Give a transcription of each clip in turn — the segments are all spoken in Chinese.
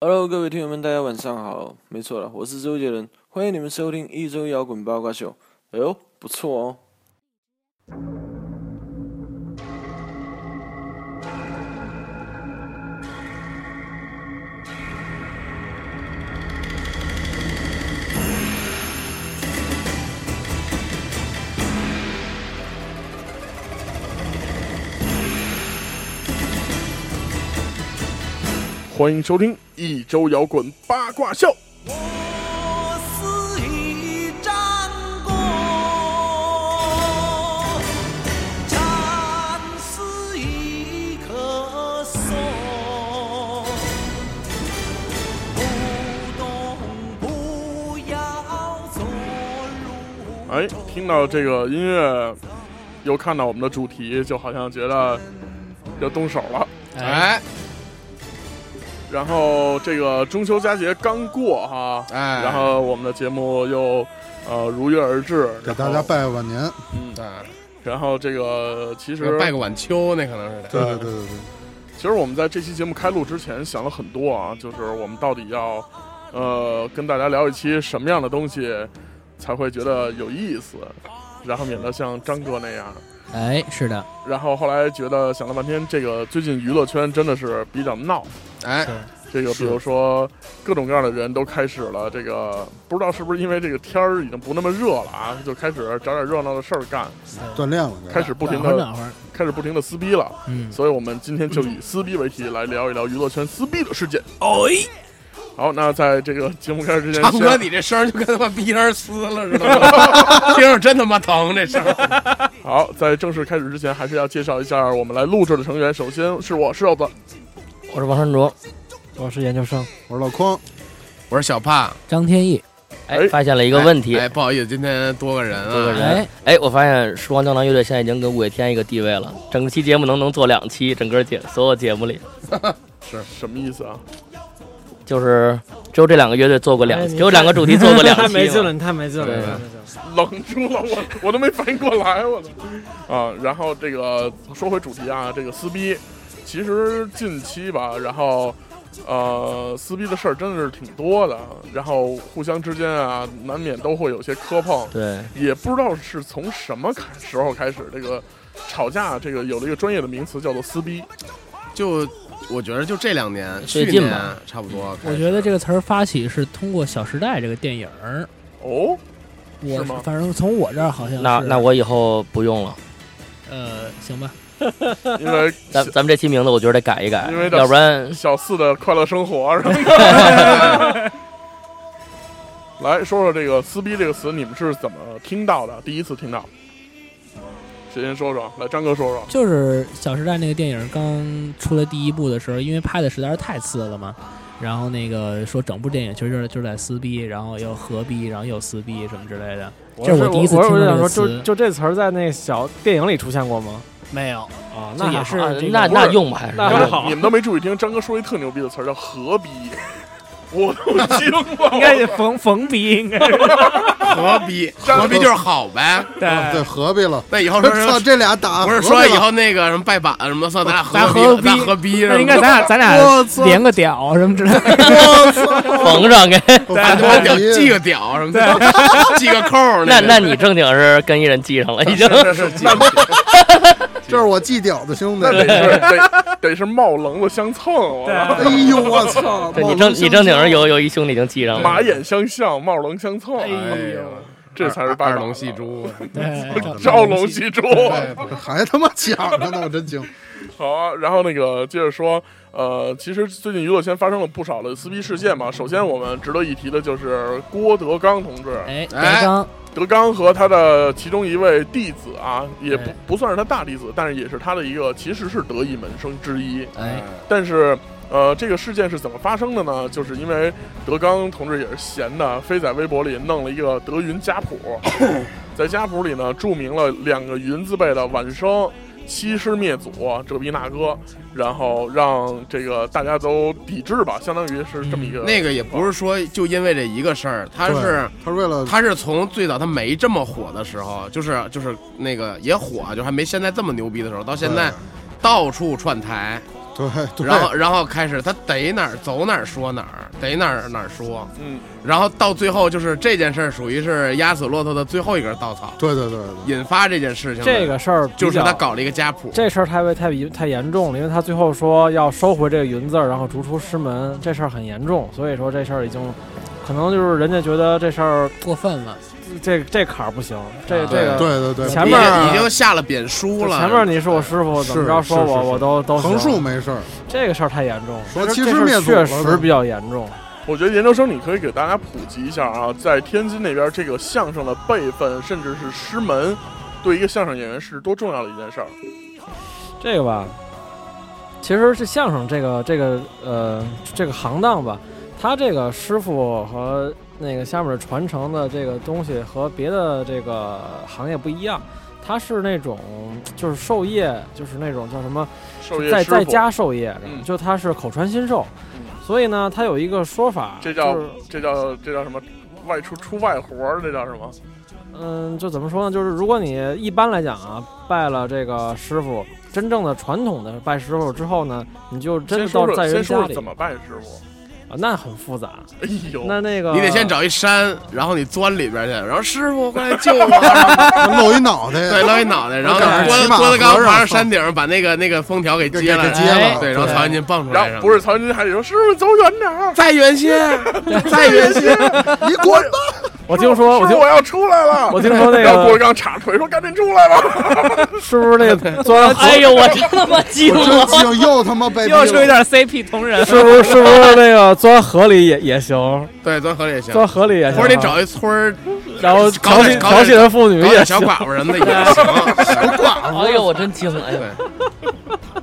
Hello，各位听友们，大家晚上好。没错了，我是周杰伦，欢迎你们收听一周摇滚八卦秀。哎呦，不错哦。欢迎收听一周摇滚八卦秀。我似一张弓，战似一棵松，不动不摇坐如哎，听到这个音乐，又看到我们的主题，就好像觉得要动手了。哎然后这个中秋佳节刚过哈，哎，然后我们的节目又呃如约而至，给大家然后。拜个晚年。嗯，对，然后这个其就是实拜个晚秋，那可能是得。对对对对对，其实我们在这期节目开录之前想了很多啊，就是我们到底要呃跟大家聊一期什么样的东西才会觉得有意思，然后免得像张哥那样。哎，是的，然后后来觉得想了半天，这个最近娱乐圈真的是比较闹。哎，这个比是如说各种各样的人都开始了，这个不知道是不是因为这个天儿已经不那么热了啊，就开始找点热闹的事儿干，锻炼了，开始不停暖和的暖和，开始不停的撕逼了。嗯，所以我们今天就以撕逼为题来聊一聊娱乐圈撕逼的事件。好，那在这个节目开始之前，张哥，先你这声儿就跟他妈逼人撕了似的，听着真他妈疼，这声儿。好，在正式开始之前，还是要介绍一下我们来录制的成员。首先是我瘦子，我是王山卓，我是研究生。我说老匡， 我说小胖，张天翼，哎哎，发现了一个问题。哎，不好意思，今天多个人啊，多个人哎，哎，我发现时光胶囊乐队现在已经跟五月天一个地位了。整期节目能不能做两期？整个节所有节目里，什么意思啊？就是只有这两个乐队做过两，只有两个主题做过两期太嘛。哎没劲了，你太没劲了，对你太没劲了愣住了，我我都没反应过来，我都啊。然后这个说回主题啊，这个撕逼，其实近期吧，然后呃，撕逼的事儿真的是挺多的，然后互相之间啊，难免都会有些磕碰，对，也不知道是从什么开时候开始，这个吵架这个有了一个专业的名词叫做撕逼，就我觉得就这两年，最去近年吧差不多。我觉得这个词儿发起是通过《小时代》这个电影儿，哦，我是吗反正从我这儿好像是那那我以后不用了。呃，行吧，因为咱咱们这期名字我觉得得改一改因为，到要不然小四的快乐生活啊是吧？来说说这个“撕逼”这个词，你们是怎么听到的？第一次听到，谁先说说？来，张哥说说。就是《小时代》那个电影刚出来第一部的时候，因为拍的实在是太次了嘛。然后那个说整部电影其实就是就是在撕逼，然后又合逼，然后又撕逼什么之类的。这是我第一次我听我到这想说，个就词，就这词儿在那小电影里出现过吗？没有，啊，这也是啊这个那不那是用吧，还是那你还们用好你们都没注意听，张哥说一特牛逼的词儿叫“合逼”，我都惊了。 应该是逢逢逼，应该是何必何必就是好呗？ 啊对，合璧了。那以后我说 操，这俩打不是合说璧以了后那个什么拜把什么，算咱俩咱合合咱逼合逼什那么的，应该咱俩咱我俩操连个屌什么之类的。缝上给？我咱他妈发屌现系个屌什么的，系个扣儿那个那你正经是跟一人系上了，已经。这是系个扣儿这是我系屌的兄弟那。得是得得是冒棱子相蹭，我啊哎呦我 操！对你冒正冷你正经是有有一兄弟已经系上了，马眼相向，貌棱相蹭，哎呦，这才是霸二道龙戏 哎珠。啊对照龙戏珠。哎不是还他妈抢着呢，我真惊。好、啊，然后那个接着说，呃，其实最近娱乐圈发生了不少的撕逼事件嘛。首先，我们值得一提的就是郭德纲同志，哎，德哎刚，德纲和他的其中一位弟子啊，也不哎不算是他大弟子，但是也是他的一个，其实是得意门生之一。哎，但是，呃，这个事件是怎么发生的呢？就是因为德纲同志也是闲的，非在微博里弄了一个德云家谱，在家谱里呢注明了两个云字辈的晚生。欺师灭祖，这逼那哥，然后让这个大家都抵制吧，相当于是这么一个、那个也不是说就因为这一个事儿，他对是他是为了他是从最早他没这么火的时候，就是就是那个也火，就还没现在这么牛逼的时候，到现在到处串台，对对，然后然后开始他逮哪儿走哪儿说哪儿，逮哪儿哪儿说，嗯，然后到最后就是这件事儿属于是压死骆驼的最后一根稻草，对对对对，引发这件事 情的。这个事儿比较就是他搞了一个家谱，这事儿太为太严太严重了，因为他最后说要收回这个“云”字儿，然后逐出师门，这事儿很严重，所以说这事儿已经可能就是人家觉得这事儿过分了，这这坎儿不行，这啊这个对对对，前面儿已经下了贬书了。前面你是我师傅，怎么着是说是我是我都都行横竖没事儿， 这个事儿太严重了，说这欺这师事儿灭祖确了实都比较严重。我觉得研究生你可以给大家普及一下啊，在天津那边这个相声的辈分，甚至是师门，对一个相声演员是多重要的一件事儿。这个吧，其实是相声这个这个呃这个行当吧，他这个师傅和那个下面传承的这个东西和别的这个行业不一样，他是那种就是授业，就是那种叫什么授业在师傅在家授业的，嗯就他是口传心授，嗯所以呢，他有一个说法，这叫就是这叫这叫什么？外出出外活儿，这叫什么？嗯，就怎么说呢？就是如果你一般来讲啊，拜了这个师傅，真正的传统的拜师傅之后呢，你就真先的说到说在先人说家说里怎么办，师傅。啊，那很复杂。哎呦，那那个哦你得先，找一山，然后你钻里边去，然后师傅快来救我，露一脑袋，对，捞一脑 袋，然后赶上郭骑马郭德纲和尚爬上山顶，把那个那个封条给给揭给了，哎接哎了，对，然后曹云金蹦出来然，后不是曹云金还得说师傅走远点儿，再远些，再远些，你滚 吧，我听说，我师听傅我要出来了。我听说那然后郭德个纲插腿说赶紧出来吧。 是不是那个钻哎呦，我真他妈激动我了真，惊，又他 妈被逼又了出一点 CP 同人是不是是不是那个钻河里也也行，对，钻河里也行，钻河里也行，或者你找一村儿，然后调搞点戏搞调戏点的妇女搞点也小行，寡妇什么的也行，哎呦，我真惊了，哎呦，对。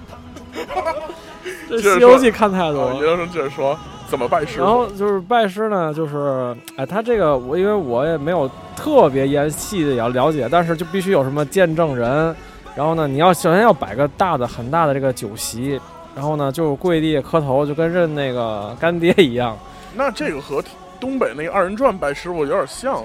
这《接着西游说记》看太多研了。究生接着说怎么拜师然傅后。就是拜师呢，就是哎，他这个我因为我也没有特别严细的要了解，但是就必须有什么见证人。然后呢，你要首先要摆个大的很大的这个酒席，然后呢就跪地磕头，就跟认那个干爹一样。那这个和东北那个二人转拜师傅有点像啊。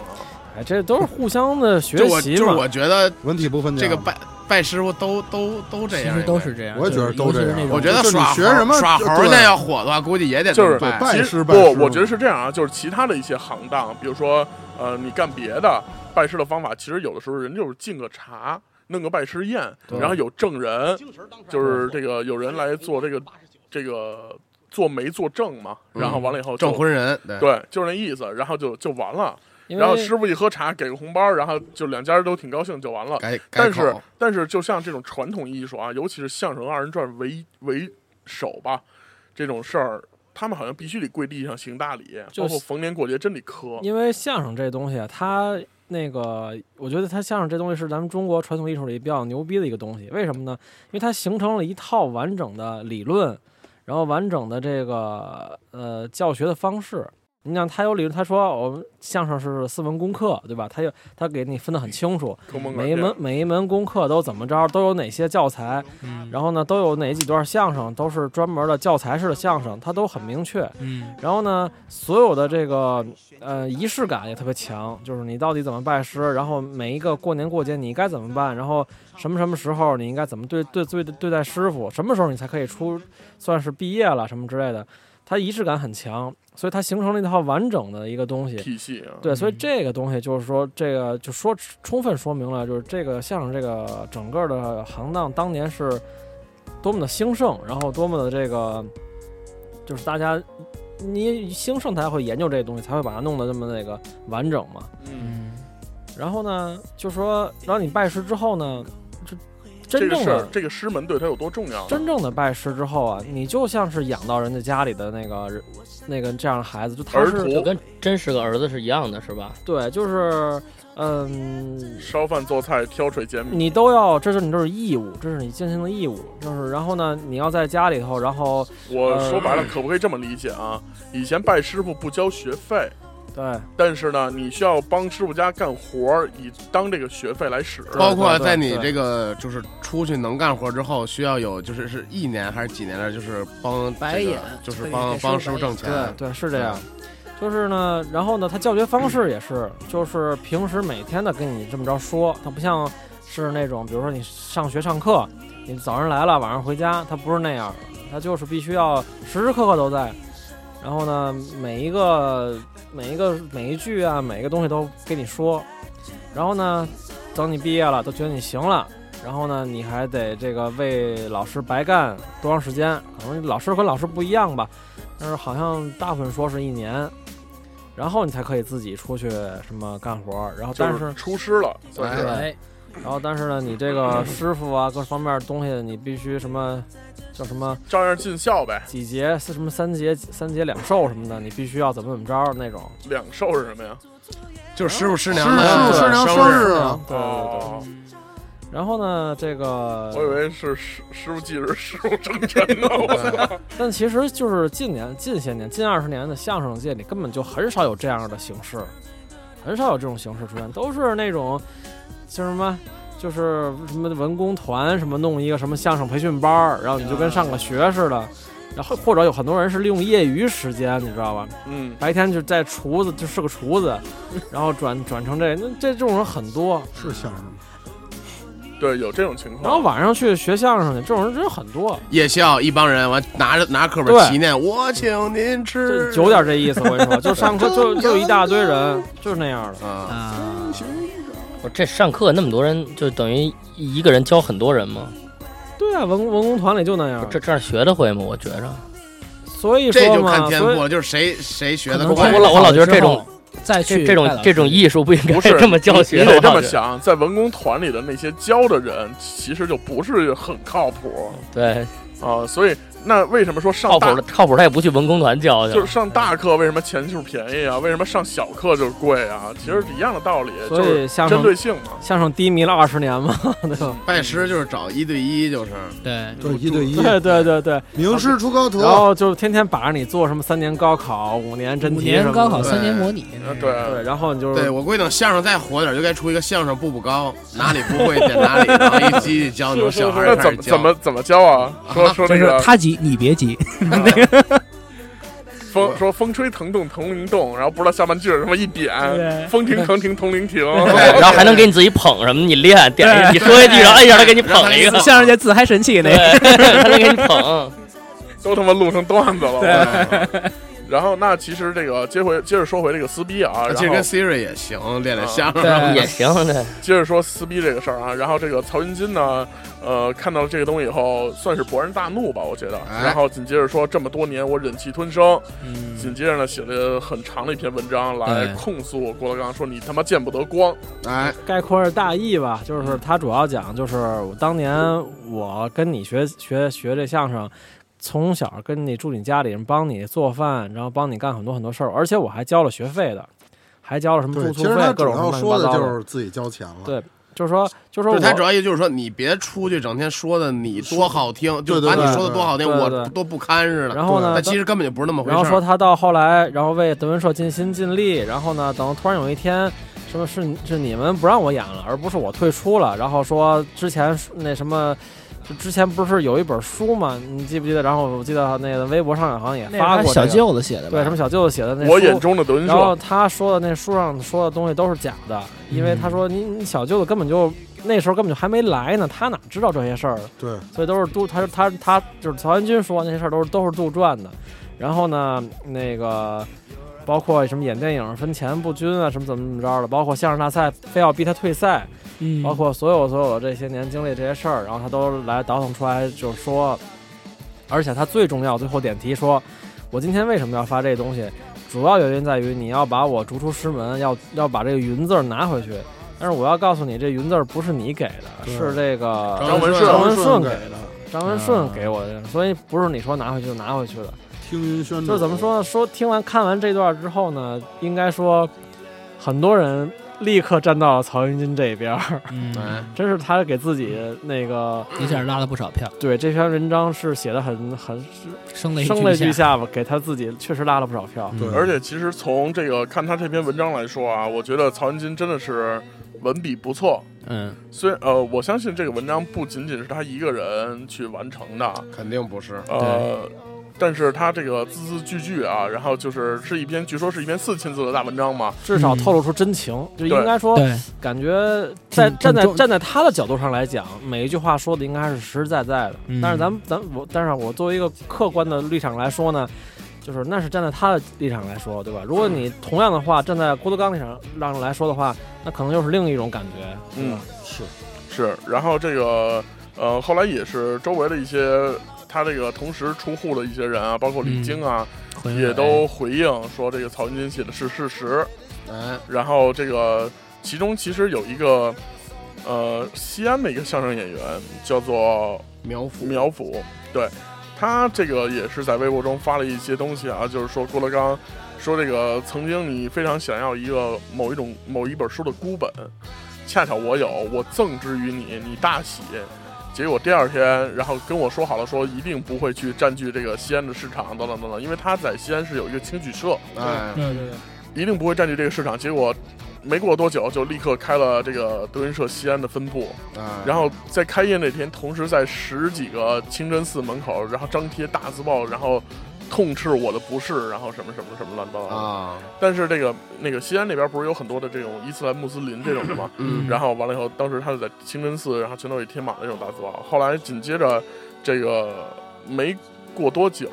哎，这都是互相的学就我就习是嘛。我觉得文体不分家，这个拜拜师傅都都都这其样，实都是。这样。我也觉得都这样就是尤其是那种我觉得就是你耍猴学什么耍就猴对那要火的话，估计也得就是这么拜其师实拜师不，我觉得是这样啊，就是其他的一些行当，比如说呃，你干别的拜师的方法，其实有的时候人就是敬个茶，弄个拜师宴，然后有证人，就是这个有人来做这个这个做媒作证嘛，然后完了以后就证。婚人，对对，就是那意思，然后就就完了。因为然后师傅一喝茶，给个红包，然后就两家人都挺高兴，就完了。改改但是口，但是就像这种传统艺术啊，尤其是相声二人转为为首吧，这种事儿，他们好像必须得跪地上行大礼，就包括是逢年过节真得磕。因为相声这东西啊，它那个，我觉得它相声这东西是咱们中国传统艺术里比较牛逼的一个东西。为什么呢？因为它形成了一套完整的理论，然后完整的这个呃教学的方式。你想，他有理论，他说我们相声是四门功课，对吧？他有他给你分得很清楚，坑蒙拐每一骗门每一门功课都怎么着，都有哪些教材，嗯然后呢，都有哪几段相声，都是专门的教材式的相声，它都很明确。嗯，然后呢，所有的这个呃仪式感也特别强，就是你到底怎么拜师，然后每一个过年过节你应该怎么办，然后什么什么时候你应该怎么对对对对待师傅，什么时候你才可以出算是毕业了什么之类的，它仪式感很强，所以它形成了一套完整的一个东西。体系啊。对，所以嗯这个东西就是说，这个就说充分说明了，就是这个相声这个整个的行当当年是多么的兴盛，然后多么的这个，就是大家你兴盛才会研究这个东西，才会把它弄得这么那个完整嘛。嗯，然后呢，就说，然后你拜师之后呢，就这真个正事儿的，这个师门对他有多重要呢？真正的拜师之后啊，你就像是养到人家家里的那个人那个这样的孩子，就他儿是就徒跟真是个儿子是一样的，是吧？对，就是嗯。烧饭做菜、挑水拣米，你都要，这是你这是义务，这是你进行的义务，就是然后呢，你要在家里头，然后我呃说白了，可不可以这么理解啊？以前拜师傅不交学费，对但是呢，你需要帮师傅家干活儿，以当这个学费来使。包括对对在你对这个就是出去能干活之后，需要有就是是一年还是几年的，就是帮白这个眼就是对帮给师傅帮师傅白眼挣钱，对是这样，就是呢，然后呢，他教学方式也是，就是平时每天的跟你这么着说，他不像是那种，比如说你上学上课，你早上来了，晚上回家，他不是那样的，它就是必须要时时刻刻都在。然后呢，每一个每一个每一句啊，每一个东西都跟你说。然后呢，等你毕业了，都觉得你行了。然后呢，你还得这个为老师白干多长时间？可能老师跟老师不一样吧，但是好像大部分说是一年，然后你才可以自己出去什么干活儿。然后就但是出师了，算是。哎，然后但是呢，你这个师傅啊，各方面的东西你必须什么叫什么照样尽孝呗。几节是什么三节三节两寿什么的，你必须要怎么怎么着那种。两寿是什么呀？就是师傅师娘师嗯的傅师娘生日啊，对对对。哦，然后呢，这个我以为是师师傅忌 日，师傅争辰呢。 我 但其实就是近年、近些年、近二十年的相声界里，根本就很少有这样的形式，很少有这种形式出现，都是那种叫什么，就是什么文工团什么弄一个什么相声培训班儿，然后你就跟上个学似的。然后或者有很多人是利用业余时间，你知道吧？嗯，白天就在厨子，就是个厨子，然后转转成这那这这种人很多。是相声吗？对，有这种情然况。后晚上去学相声去，这种人真很多。夜校一帮人完拿着拿课本对祈念，我请您这吃 有点这意思，我跟你 说，就上课就就一大堆人，就是那样的。啊，啊，我这上课那么多人，就等于一个人教很多人吗？对啊，文工文工团里就那样不。是这这样学得会吗？我觉着，所以这说就看嘛，天所以赋，就是谁谁学的可能我快太我。老我老好了觉得这之种后再去这这拜种老这种师艺术不应该不是这么教学你的。得我这老么觉得，想，在文工团里的那些教的人，其实就不是很靠谱对，啊。所以，那为什么说上嗯靠大谱的靠谱，他也不去文工团教去就是了。上大课为什么钱就便宜啊？为什么上小课就贵啊？其实是一样的道理，就所是以相针声对性嘛。相声低迷了二十年嘛， 对吧？拜师就是找一对一，就是对就是一对一，对对对对，名师出高徒， 然后就天天把着你做什么三年高考、五年真五题什么年的高考对三年模拟，啊，对，嗯对，然后你就对我估计等相声再火点，就该出一个相声步步高，哪里不会点哪里，然后一机器教你说小孩那儿开怎始么教怎么怎么教啊？说说就那是个他急你别急， 风说风吹藤动铜铃动，然后不知道下半句是什么一点，对风停藤停铜铃停，对然后还能给你自己捧什么？你练点一个，你说一句，然后哎一下他给你捧一个， 相声界自嗨神器那个。对， 他能给你捧。 都他妈录成段子了。 然后那其实这个接回接着说回这个撕逼啊，啊然其实跟后 Siri 也行，练练相 声。对也行，对，接着说撕逼这个事儿啊，然后这个曹云金呢，呃，看到了这个东西以后，算是勃然大怒吧，我觉得。哎然后紧接着说这么多年我忍气吞声，嗯紧接着呢写了很长的一篇文章来对控诉郭德纲，说你他妈见不得光。哎，概括是大意吧，就是他主要讲就是我当年我跟你学学学这相声，从小跟你住你家里人，帮你做饭，然后帮你干很多很多事儿，而且我还交了学费的，还交了什么对，住其宿实费他，各主种要乱七说八的糟就的。是自己交钱了，对就是说，就是说我就是他主要意思就是说，你别出去整天说的你多好听，就对对把你对说的多好听，对对我对多不堪似的。然后呢但，其实根本就不是那么回然后事说儿。他到后来，然后为德云社尽心尽力，然后呢，等突然有一天，什么是是你们不让我演了，而不是我退出了，然后说之前那什么。就之前不是有一本书吗？你记不记得？然后我记得那个微博上好像也发那是过、这小个、舅子写的吧？对什么小舅子写的那我书眼中的德云然后社，他说的那书上说的东西都是假的，因为他说你你小舅子根本就那时候根本就还没来呢，他哪知道这些事儿？对，所以都是杜他他他就是曹元军说那些事儿都是都是杜撰的。然后呢，那个包括什么演电影分钱不均啊，什么怎么怎么着的，包括相声大赛非要逼他退赛，嗯包括所有所有这些年经历这些事儿，然后他都来倒腾出来，就是说，而且他最重要最后点题说，我今天为什么要发这东西，主要原因在于你要把我逐出师门，要要把这个云字儿拿回去。但是我要告诉你，这云字儿不是你给的，对是这个张文顺张文顺给给的，张文顺给我的，所以不是你说拿回去就拿回去的。听云宣就是怎么说呢？说听完看完这段之后呢，应该说很多人立刻站到了曹云金这边儿，哎嗯，真是他给自己那个一下拉了不少票，对这篇文章是写的很很升了一声泪下。嗯俱下吧，给他自己确实拉了不少票。对而且其实从这个看他这篇文章来说啊，我觉得曹云金真的是文笔不错。嗯，虽呃，我相信这个文章不仅仅是他一个人去完成的，肯定不是，呃，但是他这个字字句句啊，然后就是是一篇，据说是一篇四千字的大文章嘛，至少透露出真情，就应该说，对，感觉在挺站在重站在他的角度上来讲，每一句话说的应该是实实在在的。嗯但是咱们咱我，但是我作为一个客观的立场来说呢，就是那是站在他的立场来说，对吧？如果你同样的话站在郭德纲立场上来说的话，那可能又是另一种感觉。嗯，是是，然后这个呃，后来也是周围的一些他这个同时出户的一些人啊，包括李嗯菁啊，回也来都回应说这个曹云金写的是事实。哎，然后这个其中其实有一个呃西安的一个相声演员叫做苗阜，苗阜，对他这个也是在微博中发了一些东西啊，就是说郭德纲说这个曾经你非常想要一个某一种某一本书的孤本，恰巧我有，我赠之于你，你大喜。结果第二天，然后跟我说好了，说一定不会去占据这个西安的市场，等等等等，因为他在西安是有一个青曲社，哎，嗯一定不会占据这个市场。结果没过多久就立刻开了这个德云社西安的分部，哎然后在开业那天，同时在十几个清真寺门口，然后张贴大字报，然后痛斥我的不是，然后什么什么什么乱七八糟的。啊，但是这个那个西安那边不是有很多的这种伊斯兰穆斯林这种的吗？嗯然后完了以后，当时他就在清真寺，然后全都给贴满了这种大字报。后来紧接着这个没过多久，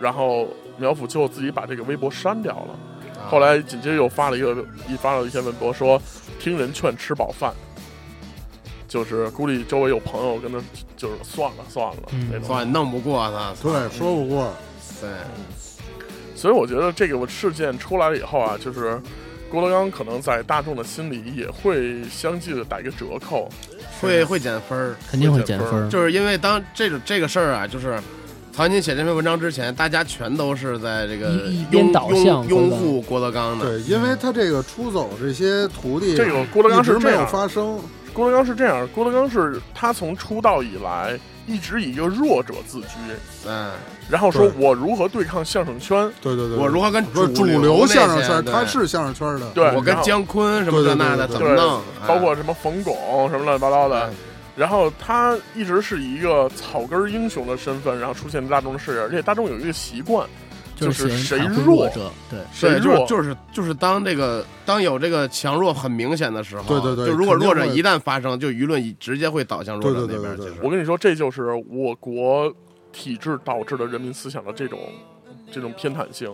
然后苗阜就自己把这个微博删掉了。啊后来紧接着又发了一个一发了一篇微博说，听人劝吃饱饭，就是估计周围有朋友跟他就是算了算了、嗯那种。算弄不过他，对，说不过，对，所以我觉得这个事件出来了以后啊，就是郭德纲可能在大众的心里也会相继的打一个折扣。会会减分儿。肯定会会减减分分儿，就是因为当这种这个事儿啊，就是曹云金写这篇文章之前，大家全都是在这个一一拥边倒向拥拥护郭德纲的。对，因为他这个出走这些徒弟，这个郭德纲啊一直是这没有样，发生，郭德纲是这样，郭德纲是他从出道以来一直以一个弱者自居，嗯，然后说对我如何对抗相声圈，对对对，我如何跟不是主流流那些相声圈，对他是相声圈的，对，我跟然后姜昆什么这那的对怎对对对么对弄？哎包括什么冯巩什么乱七八糟的哎，然后他一直是以一个草根儿英雄的身份，然后出现在大众的视野，而且大众有一个习惯，就就是喜谁欢袒护弱者，对，谁对，就弱是就是就是当这个当有这个强弱很明显的时候，对对对就如果肯定弱者会一旦发生，就舆论一直接会倒向弱对者那对对边。对其对实我跟你说，这就是我国体制导致的人民思想的这种这种偏袒性，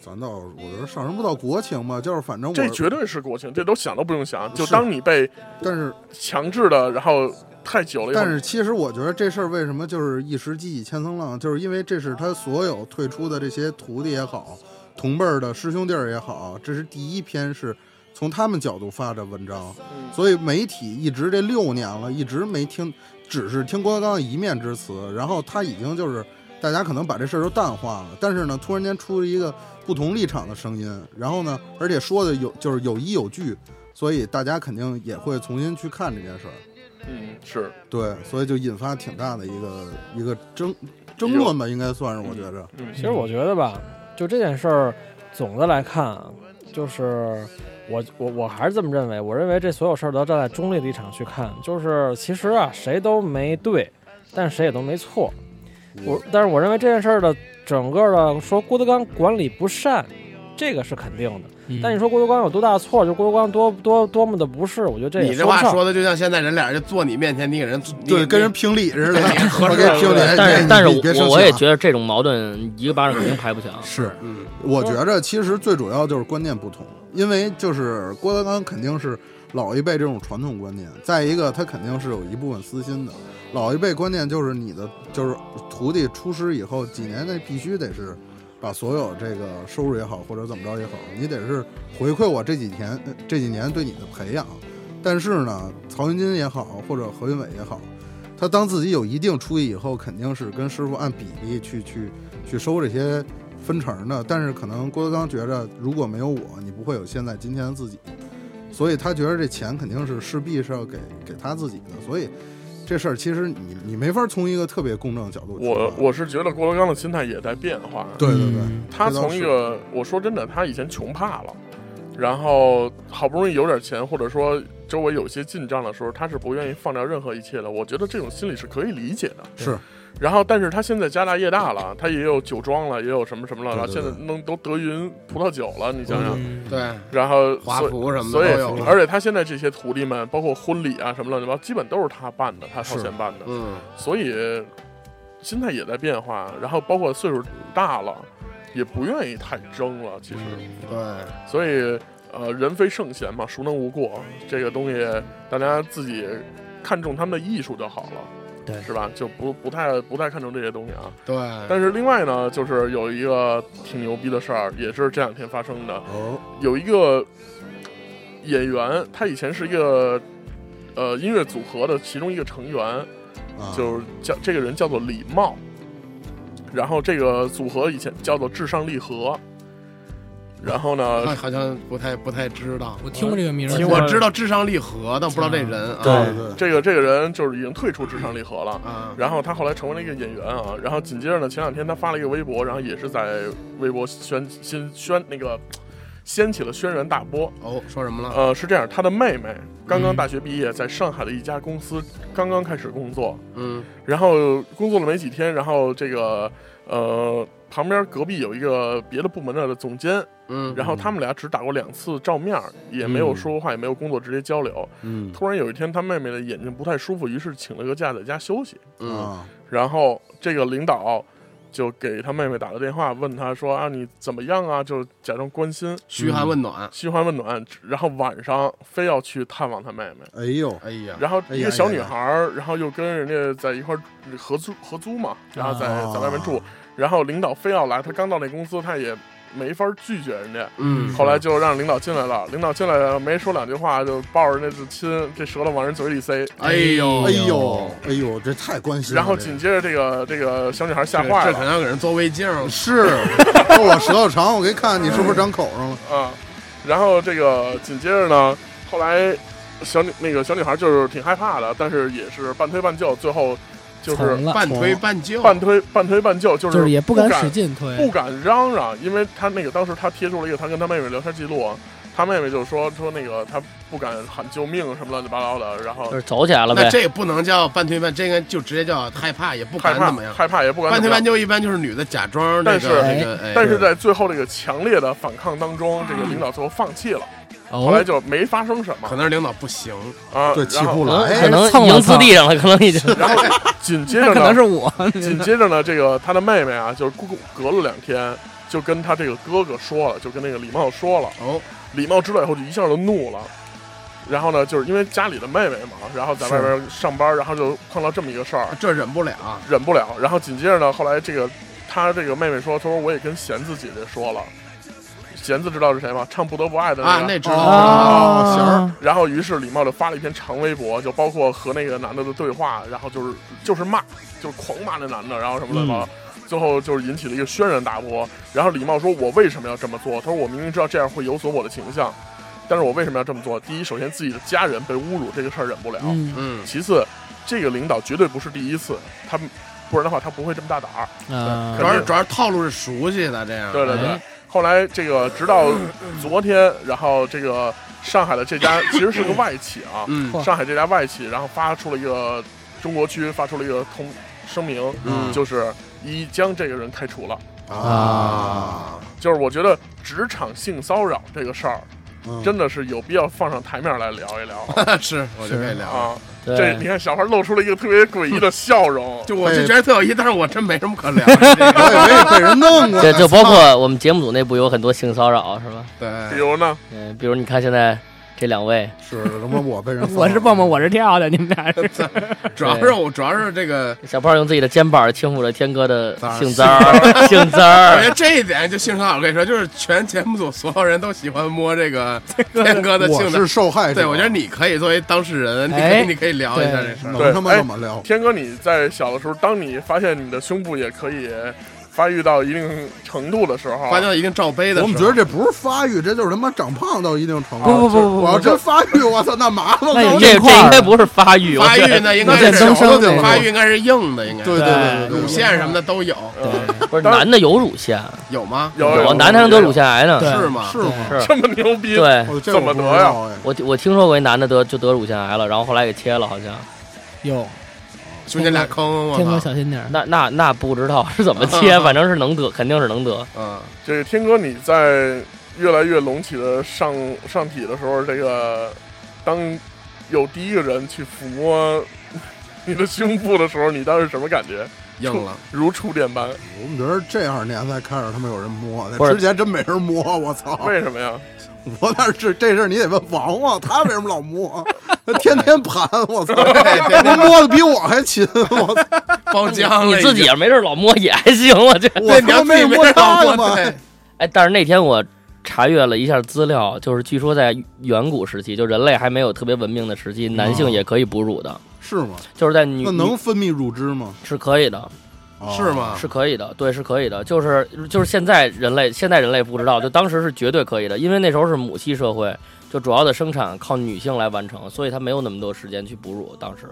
咱倒我觉得上升不到国情吧，就是反正我这绝对是国情，这都想都不用想。就是当你被但是强制的，然后太久了以后，但是其实我觉得这事儿为什么就是一时激起千层浪，就是因为这是他所有退出的这些徒弟也好，同辈儿的师兄弟儿也好，这是第一篇是从他们角度发的文章，所以媒体一直这六年了，一直没听，只是听郭德纲的一面之词，然后他已经就是大家可能把这事儿都淡化了，但是呢，突然间出了一个不同立场的声音，然后呢，而且说的有就是有依有据，所以大家肯定也会重新去看这件事儿。嗯，是对，所以就引发挺大的一个一个争争论吧，应该算是我觉着。嗯其实我觉得吧，就这件事儿，总的来看啊，就是我我我还是这么认为，我认为这所有事儿都要站在中立立场去看，就是其实啊，谁都没对，但谁也都没错。嗯我但是我认为这件事儿的整个的说郭德纲管理不善，这个是肯定的。嗯但你说郭德纲有多大错，就郭德纲多多多么的不是，我觉得这也你这不话上说的就像现在人俩人就坐你面前，你给人你对，你跟人评理似的， 合我适给评理。但是哎但是你别生我气我也啊觉得这种矛盾一个巴掌肯定拍不响。是，嗯我觉着其实最主要就是观念不同，因为就是郭德纲肯定是老一辈这种传统观念，再一个他肯定是有一部分私心的。老一辈观念就是你的就是徒弟出师以后几年内必须得是把所有这个收入也好或者怎么着也好，你得是回馈我这几年呃这几年对你的培养。但是呢，曹云金也好或者何云伟也好，他当自己有一定出息以后，肯定是跟师傅按比例去去去收这些分成的。但是可能郭德纲觉着，如果没有我，你不会有现在今天的自己，所以他觉得这钱肯定是势必是要给给他自己的。所以这事儿其实你你没法从一个特别公正的角度去看。我我是觉得郭德纲的心态也在变化。啊对对对，嗯他这倒从一是个我说真的，他以前穷怕了，然后好不容易有点钱，或者说周围有些进账的时候，他是不愿意放掉任何一切的。我觉得这种心理是可以理解的。是，然后，但是他现在家大业大了，他也有酒庄了，也有什么什么了，对然后对现在弄都德云葡萄酒了，你想想，嗯对，然后华所以服什么所以的都有，了。而且他现在这些徒弟们，包括婚礼啊什么乱七八糟，基本都是他办的，他掏钱办的，嗯，所以心态也在变化。然后包括岁数大了，也不愿意太争了，其实，嗯对，所以呃，人非圣贤嘛，孰能无过？这个东西大家自己看重他们的艺术就好了，对是吧？就不不太不太看重这些东西啊。对，嗯但是另外呢，就是有一个挺牛逼的事儿，也是这两天发生的，哦，有一个演员，他以前是一个呃音乐组合的其中一个成员，啊就是叫这个人叫做李茂，然后这个组合以前叫做至上励合，然后呢呃那，好像不太不太知道。我听过这个名儿，听过我知道智商励合，但不知道这人啊。对对这个这个人就是已经退出至上励合了。啊，然后他后来成为了一个演员啊，然后紧接着呢，前两天他发了一个微博，然后也是在微博宣新宣那个掀起了轩然大波。哦，说什么了？呃，是这样，他的妹妹刚刚大学毕业，在上海的一家公司刚刚开始工作，嗯然后工作了没几天，然后这个呃旁边隔壁有一个别的部门的总监，嗯，然后他们俩只打过两次照面儿，也没有说过话，也没有工作直接交流。嗯突然有一天，他妹妹的眼睛不太舒服，于是请了个假在家休息。嗯啊，然后这个领导就给他妹妹打了电话，问他说啊你怎么样啊？就假装关心，嘘寒问暖。嘘寒问暖。然后晚上非要去探望他妹妹。哎呦，哎呀，然后哎一呀个小哎呀女孩儿，然后又跟人家在一块儿合租合租嘛，然后在哦啊在外面住，然后领导非要来，她刚到那公司，她也没法拒绝人家，嗯，后来就让领导进来了，领导进来了没说两句话就抱着人家就亲，这舌头往人嘴里塞，哎呦哎呦，哎呦，这太关心了。然后这紧接着这个这个小女孩吓这坏这可能了要给人做胃镜。是，哦我舌头长，我给看你是不是长口上了。啊，然后这个紧接着呢，后来小女那个小女孩就是挺害怕的，但是也是半推半就，最后就是从了，半推半就，半推半推半就，就就是是也不敢敢使劲推，不敢嚷嚷，因为他那个当时他贴出了一个他跟他妹妹聊天记录，啊他妹妹就说说那个他不敢喊救命什么乱七八糟的，然后就是走起来了呗那。这不能叫半推半，这个就直接叫害怕，也不害敢怕怎么样。害怕也不敢半怎推么半样。就一般就是女的假装那但是个那个，哎但是在最后这个强烈的反抗当中，这个领导最后放弃了，后来哦，就没发生什么可能是领导不行，啊。对，起然后不可能来可。能蹭已了经蹭自地上了，可能已经。然后紧接那着可能呢，是我，紧接着呢，这个他的妹妹啊，就是过隔了两天就跟他这个哥哥说了，就跟那个李茂说了。哦，李茂知道以后就一下就怒了，然后呢，就是因为家里的妹妹嘛，然后在外边上班，然后就碰到这么一个事 儿，这忍不了。忍不了。然后紧接着呢，后来这个他这个妹妹说，她说我也跟贤子姐姐说了，贤子知道是谁吗？唱《不得不爱》的啊，个。那知道，哦，行儿，然后，于是李茂就发了一篇长微博，就包括和那个男的的对话，然后就是就是骂，就是狂骂那男的，然后什么乱七八糟，最后就是引起了一个轩然大波。然后李茂说：“我为什么要这么做？”他说：“我明明知道这样会有损我的形象，但是我为什么要这么做？第一，首先自己的家人被侮辱这个事儿忍不了；嗯嗯，其次，这个领导绝对不是第一次，他不然的话他不会这么大胆儿。 啊主要是主要是套路是熟悉的这样。对对对哎。后来这个直到昨天，然后这个上海的这家其实是个外企啊， 嗯嚯上海这家外企，然后发出了一个中国区发出了一个通声明，嗯就是已将这个人开除了。啊，就是我觉得职场性骚扰这个事儿，嗯真的是有必要放上台面来聊一聊 是，我就可以聊。啊！这对你，看，小孩露出了一个特别诡异的笑容，就我被就觉得特有意思，但是我真没什么可聊的。这我 个以为被人弄过 这呢。就包括我们节目组内部有很多性骚扰，是吧？比对， 如呢，嗯，比如你看现在这两位，是他妈我被 人，我是蹦蹦，，我是跳的，你们俩是主要是我主要是这个，小胖用自己的肩膀轻抚着天哥的崽儿性簪儿，性我 簪觉儿。得这一点就性骚扰，我跟你说，就是全节目组所有人都喜欢摸这个天哥的我性是的。受害者。对，我觉得你可以作为当事人，你可哎以你可以聊一下对这事儿。能他妈怎么聊？天哥，你在小的时候，当你发现你的胸部也可以发育到一定程度的时候，发酵一定罩杯的我时候，们觉得这不是发育，这就是他妈长胖到一定程度。不不不不不我要真发育，我操，那麻烦那了有。这哎硬块这儿应该不是发育，发我觉育得呢，应我该见是增生熟的那个发育应该是硬的，应该对是对对对，乳腺什么的都有，不是当男的有乳腺，有吗？有有啊，男的还能得乳腺癌呢。对 是吗？是吗？哦是，这么牛逼，对我这怎么我不知得呀道哎我我听说过一男的得就得乳腺癌了，然后后来给切了，好像有中间俩坑，天哥我操，小心点儿。那那那不知道是怎么切，反正是能得，肯定是能得。嗯，这个天哥，你在越来越隆起的上上体的时候，这个当有第一个人去抚摸 你的胸部的时候，你当时什么感觉？硬了，如触电般，我们觉得这二年才开始他妈有人摸的，不是之前真没人摸。我操！为什么呀？我那是这事儿你得问王王，他为什么老摸？ 他天天盘，我操！对他摸的比我还勤，我操！包浆你了已经，自己没事儿老摸也还行，我觉得。我对，你他妈要自没己没摸人他老呀摸，妈！对，哎，但是那天我查阅了一下资料，就是据说在远古时期，就人类还没有特别文明的时期，男性也可以哺乳的，是吗？就是在女那女能分泌乳汁吗？是可以的，哦是？吗？是可以的，对，是可以的，就是就是现在人类现在人类不知道，就当时是绝对可以的，因为那时候是母系社会，就主要的生产靠女性来完成，所以她没有那么多时间去哺乳，当时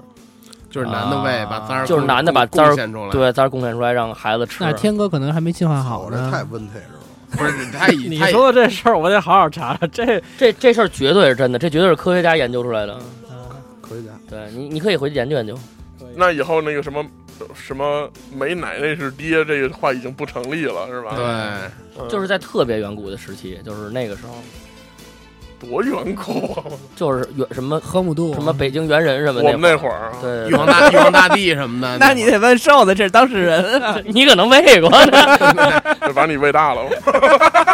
就是男的喂，啊把渣儿就是贡男的把贡渣儿献出来，，对，咱贡献出来让孩子吃那，天哥可能还没进化好我这太呢。温体了。不是他已你他已说的这事儿，我得好好查查。这这这事儿绝对是真的，这绝对是科学家研究出来的，嗯可以的，对你你可以回去研究研究。那以后那个什么什么没奶那是爹这个话已经不成立了，是吧？对，嗯就是在特别远古的时期，就是那个时候，多远古啊！就是远什么河姆渡什么北京猿人什么我们那会会儿啊，儿，玉对，皇大玉皇大帝什么的，那你得问瘦子，这是当事人啊。 你可能喂过呢。就把你喂大了。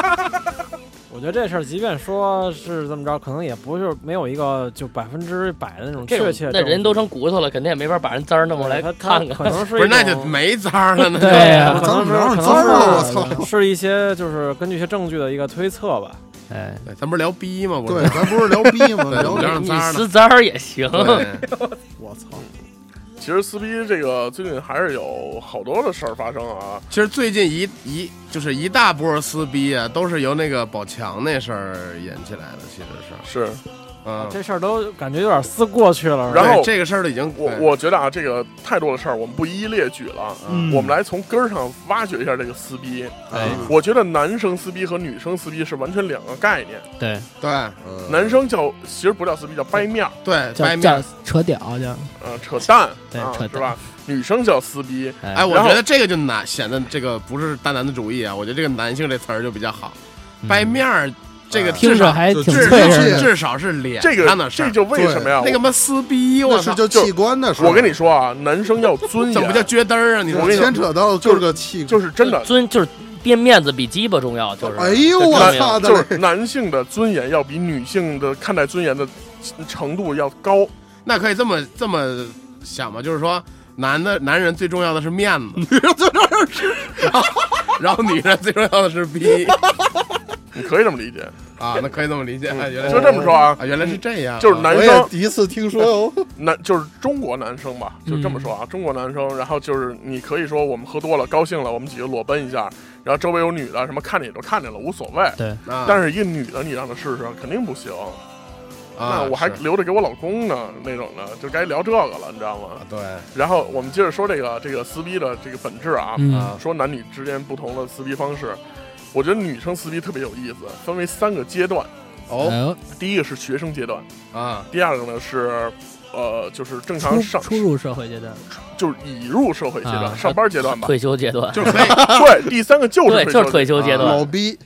我觉得这事儿，即便说是这么着，可能也不是没有一个就百分之百的那种这确种切证据。那人都成骨头了，肯定也没法把人脏儿弄过来对他他看看。可能是不一是那种就没渣儿了，那就对呀可能是咱们哎聊可上脏了能是我操是一些就是根据一些证据的一个推测吧。哎，对咱不是聊 逼吗？我对，咱不是聊逼吗？对聊聊你脏儿呢撕脏儿也行， 对，我操！其实撕逼这个最近还是有好多的事儿发生啊，其实最近一一就是一大波撕逼啊，都是由那个宝强那事儿引起来的，其实是，是嗯，啊这事儿都感觉有点撕过去了。是吧然后对这个事儿都已经我对我觉得啊，这个太多的事儿，我们不一一列举了。啊嗯我们来从根儿上挖掘一下这个撕逼。哎我觉得男生撕逼和女生撕逼是完全两个概念。对，对男生叫其实不叫撕逼，叫掰面儿，对叫掰面叫儿。扯屌叫，呃，扯淡，对啊扯淡是吧？女生叫撕逼，哎，我然后觉得这个就难，显得这个不是大男子主义啊。我觉得这个男性这词儿就比较好，嗯掰面儿这个听至着少还就挺是至脆少弱是的。至少是脸这上个的事这儿。就为什么呀？那个嘛撕逼，我那是操，就器官的事儿。我跟你说啊，男生要尊怎么严，叫撅嘚儿啊？你我说跟你说牵扯到就是个器，就是是真的，尊就是变面子比鸡巴重要，就是。哎呦就我这么样操！就是男性的尊严要比女性的看待尊严的程度要高。那可以这么这么想吧，就是说。男的男人最重要的是面子， 女人最重要是，然后女人最重要的是逼你可以这么理解，啊，那可以这么理解，哎原来是就这么说啊，啊，原来是这样，就是男我生也第一次听说哦。男就是中国男生吧，就这嗯么说啊，中国男生，然后就是你可以说我们喝多了，高兴了，我们几个裸奔一下，然后周围有女的，什么看见也都看见了，无所谓。啊，但是一个女的你让她试试，肯定不行。啊那我还是留着给我老公呢，那种的就该聊这个了，你知道吗啊？对然后我们接着说这个这个撕逼的这个本质啊，嗯，啊，说男女之间不同的撕逼方式。我觉得女生撕逼特别有意思，分为三个阶段。哎哦呦，第一个是学生阶段，啊，第二个呢是，呃，就是正常初上初入社会阶段，就是已入社会阶段，啊上班阶段吧。退休阶段，就是可以对，第三个就对，是就是退退休阶啊老段，逼，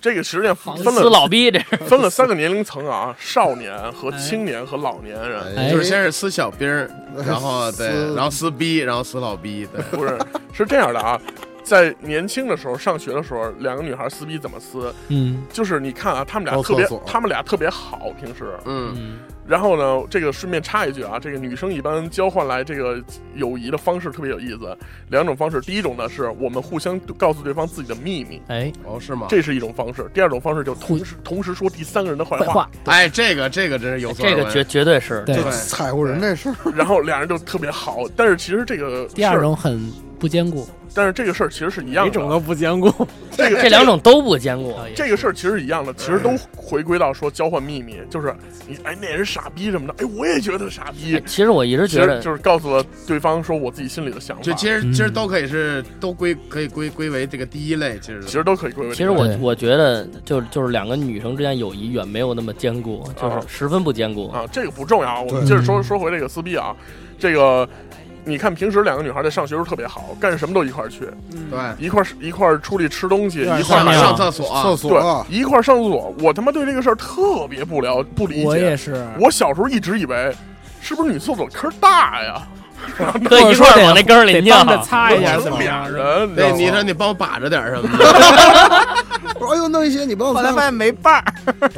这个实际上分撕了老逼这是。分了三个年龄层啊，少年和青年和老年人，哎就是先是撕小兵儿，然后对哎撕，然后撕逼，然后撕老逼，对，不是是这样的啊。在年轻的时候，上学的时候，两个女孩撕逼怎么撕？嗯就是你看啊，她们俩到特别厕所，她们俩特别好，平时。嗯，嗯，然后呢，这个顺便插一句啊，这个女生一般交换来这个友谊的方式特别有意思，两种方式。第一种呢，是我们互相告诉对方自己的秘密，哎，哦，是吗？这是一种方式；第二种方式就同时同时说第三个人的坏坏话，话，哎，这个这个真是有所这个耳闻绝绝对是对这踩过人这事儿，然后俩人就特别好。但是其实这个第二事儿种很不坚固，但是这个事儿其实是一样的，哪种都不兼顾。这个这两种都不坚固。哎这个事儿其实是一样的，其实都回归到说交换秘密，就是你哎那人傻逼什么的，哎我也觉得傻哎逼，其实我一直其觉实得，就是告诉了对方说我自己心里的想法，就其其实其实嗯都可以是都归可以归归为这个第一类，其实实都可以归为这其实个。我对我觉得就是就是两个女生之间友谊远没有那么坚固，就是啊十分不坚固。啊，这个不重要啊，我们对接着说嗯说回这个撕逼啊，这个你看平时两个女孩在上学时候特别好，干什么都一块儿去，对，一块儿一块儿出去吃东西，一块上儿像上厕所，厕所啊，对一块儿上厕所。我他妈对这个事儿特别不了不理解。我也是，我小时候一直以为，是不是女厕所坑大呀？搁一块儿往那根儿里得尿帮，着擦一下，我怎么俩样？人，对，你你知道说吗你帮我把着点儿什么 的，我说哎呦，弄一些你帮我后来擦发现没把儿，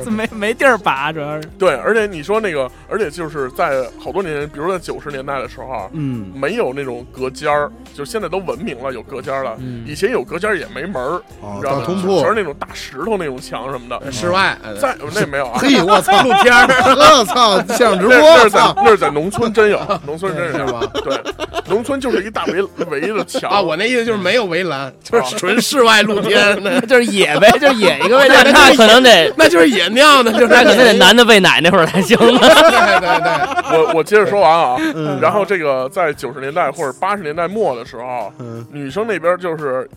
没没地儿拔，主要是，对，而且你说那个，而且就是在好多年，比如在九十年代的时候，啊 嗯，没有那种隔间儿，就是现在都文明了，有隔间儿了。以前有隔间儿也没门儿，你哦，知道大吗？通全铺是，那种大石头那种墙什么的。室外，呃在那没有啊，嘿，我操，露天 我操，现场直那播，啊那是在操，那是在农村真有，农村真是有。吧？对，农村就是一大围围着墙啊，我那意思就是没有围栏，就 啊是纯室外露天的就是野呗，就是野 一个呗，那那可能得， 那就是野尿呢，就是那可能得男的喂奶那会儿才行了。对对对，我我接着说完啊，然后这个在九十年代或者八十年代末的时候，嗯，女生那边就是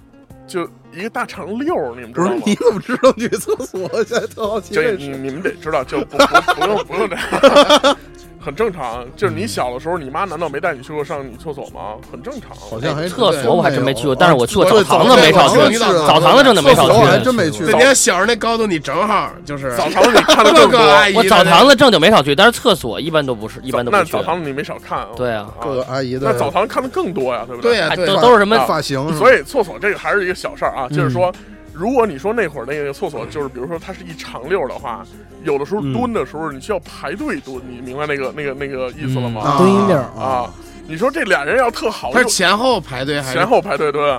就一个大长溜儿，你们知不道是，吗你？怎么知道女厕所？我现在 特好奇这这你事。你们得知道，就不不不用不用这样，很正常。就是你小的时候，你妈难道没带你去过上女厕所吗？很正常。好像还厕所我还真没去过，有但是我去过对澡堂子对没少对去，澡堂子澡堂子真的没少厕所我还去。真没去对，过你。看小时候那高度，你正好就是澡堂子你看的各更个多，阿姨我的澡堂子正经没少去，但是厕所一般都不是，一般都那不去澡。堂子你没少看啊。对啊各个阿姨那的澡堂看的更多呀，对不对对？啊呀哎对都呀，都是什么发型啊是吧，所以厕所这个还是一个小事儿啊，就是说，如果你说那会儿那个厕所就是，比如说它是一长溜儿的话，有的时候嗯蹲的时候你需要排队蹲，你明白那个那个那个意思了吗？啊蹲一溜儿啊，你说这俩人要特好，他是就前后排队还是前后排队蹲，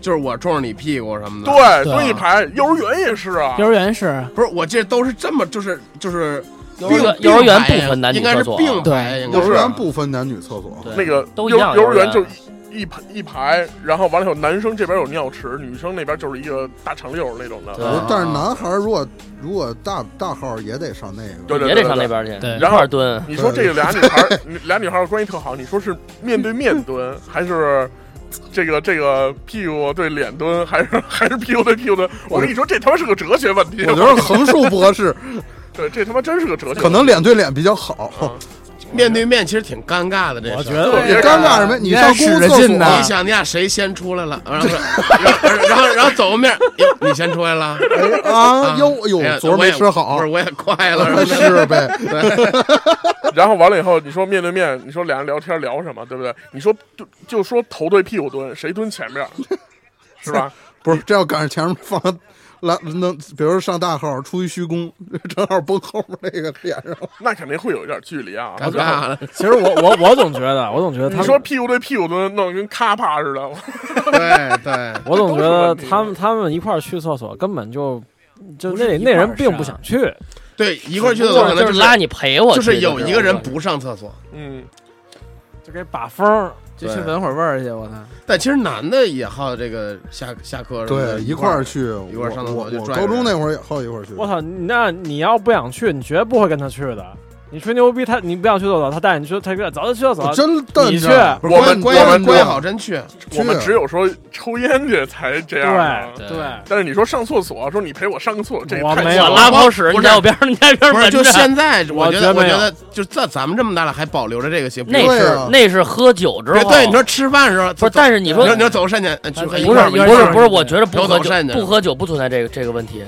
就是我冲着你屁股什么的？，对，蹲一排。幼儿园也是啊幼，儿园是不是我这都是这么就是就是幼儿园幼儿园不分男女应该厕是所啊，并排，对应幼该儿是园不分男女厕所，对那个都一幼样幼儿幼儿园园就一一排一排，然后完了以后，男生这边有尿池，女生那边就是一个大长溜儿那种对的。不是啊但是男孩儿如果如果大大号儿也得上那个，对对也对得上对那边去，对一块儿蹲。你说这个俩女孩 儿，你俩女孩儿关系特好，你说是面对面蹲，还是这个这个屁股对脸蹲，还是还是屁股对屁股蹲？我跟你说，这他妈是个哲学问题。啊我觉得横竖不合适，对，这他妈真是个哲学问题。可能脸对脸比较好。面对面，其实挺尴尬的。这我事觉儿得 你尴啊尬什么？你上公共你还使厕着所劲呢你想，你俩谁先出来了？然后， 然后，然后走过面，哟你先出来了。哎啊哟哎哟，呀昨儿我没也吃好不是，，我也 快了。然后是呗？然后完了以后，你说面对面，你说俩人聊天聊什么，对不对？你说就就说头对屁股蹲，谁蹲前面儿，是吧？不是，这要赶上前面放来能，比如说上大号儿出一虚功，正好崩后面那个脸上。 那肯定会有一点距离啊。尴尬了，其实我我我总觉得，我总觉得他你们说屁股对屁股蹲，弄得跟咔啪似的， 对对，我总觉得他这都是问们题他们一块儿去厕所根本就就不是那一那块儿人并上不想去，对，一块儿去厕所可就能是是拉你陪我去，就是有一个人不上厕所，嗯，就给把风儿。就去闻会儿味儿去，我操！但其实男的也好这个下下课什么的对，一块儿去。一块儿上厕所我就我拽着高中人那会儿也好一块儿去。我操，你那你要不想去，你绝不会跟他去的。你吹牛逼，他你不想去厕所，他带你去，他说走就去厕我所。真瞪你去着，不是我们关关键关是关系好真去，我啊们只有说抽烟去才这对样啊。对对，但是你说上厕所，说你陪我上个厕所，这也我太没小我有了拉泡屎，不你是在我边上，你在边不上是闻就着。现在，我觉得我我觉觉得得就在咱们这么大了还保留着这个习惯。那对是啊那是喝酒之对后，对，你说吃饭的时候，不是？但是你你说说你说走上去，呃去不一哎不块是儿不一块儿是上不是，我觉得不有喝走酒肾的不喝酒不存在这个这个问题。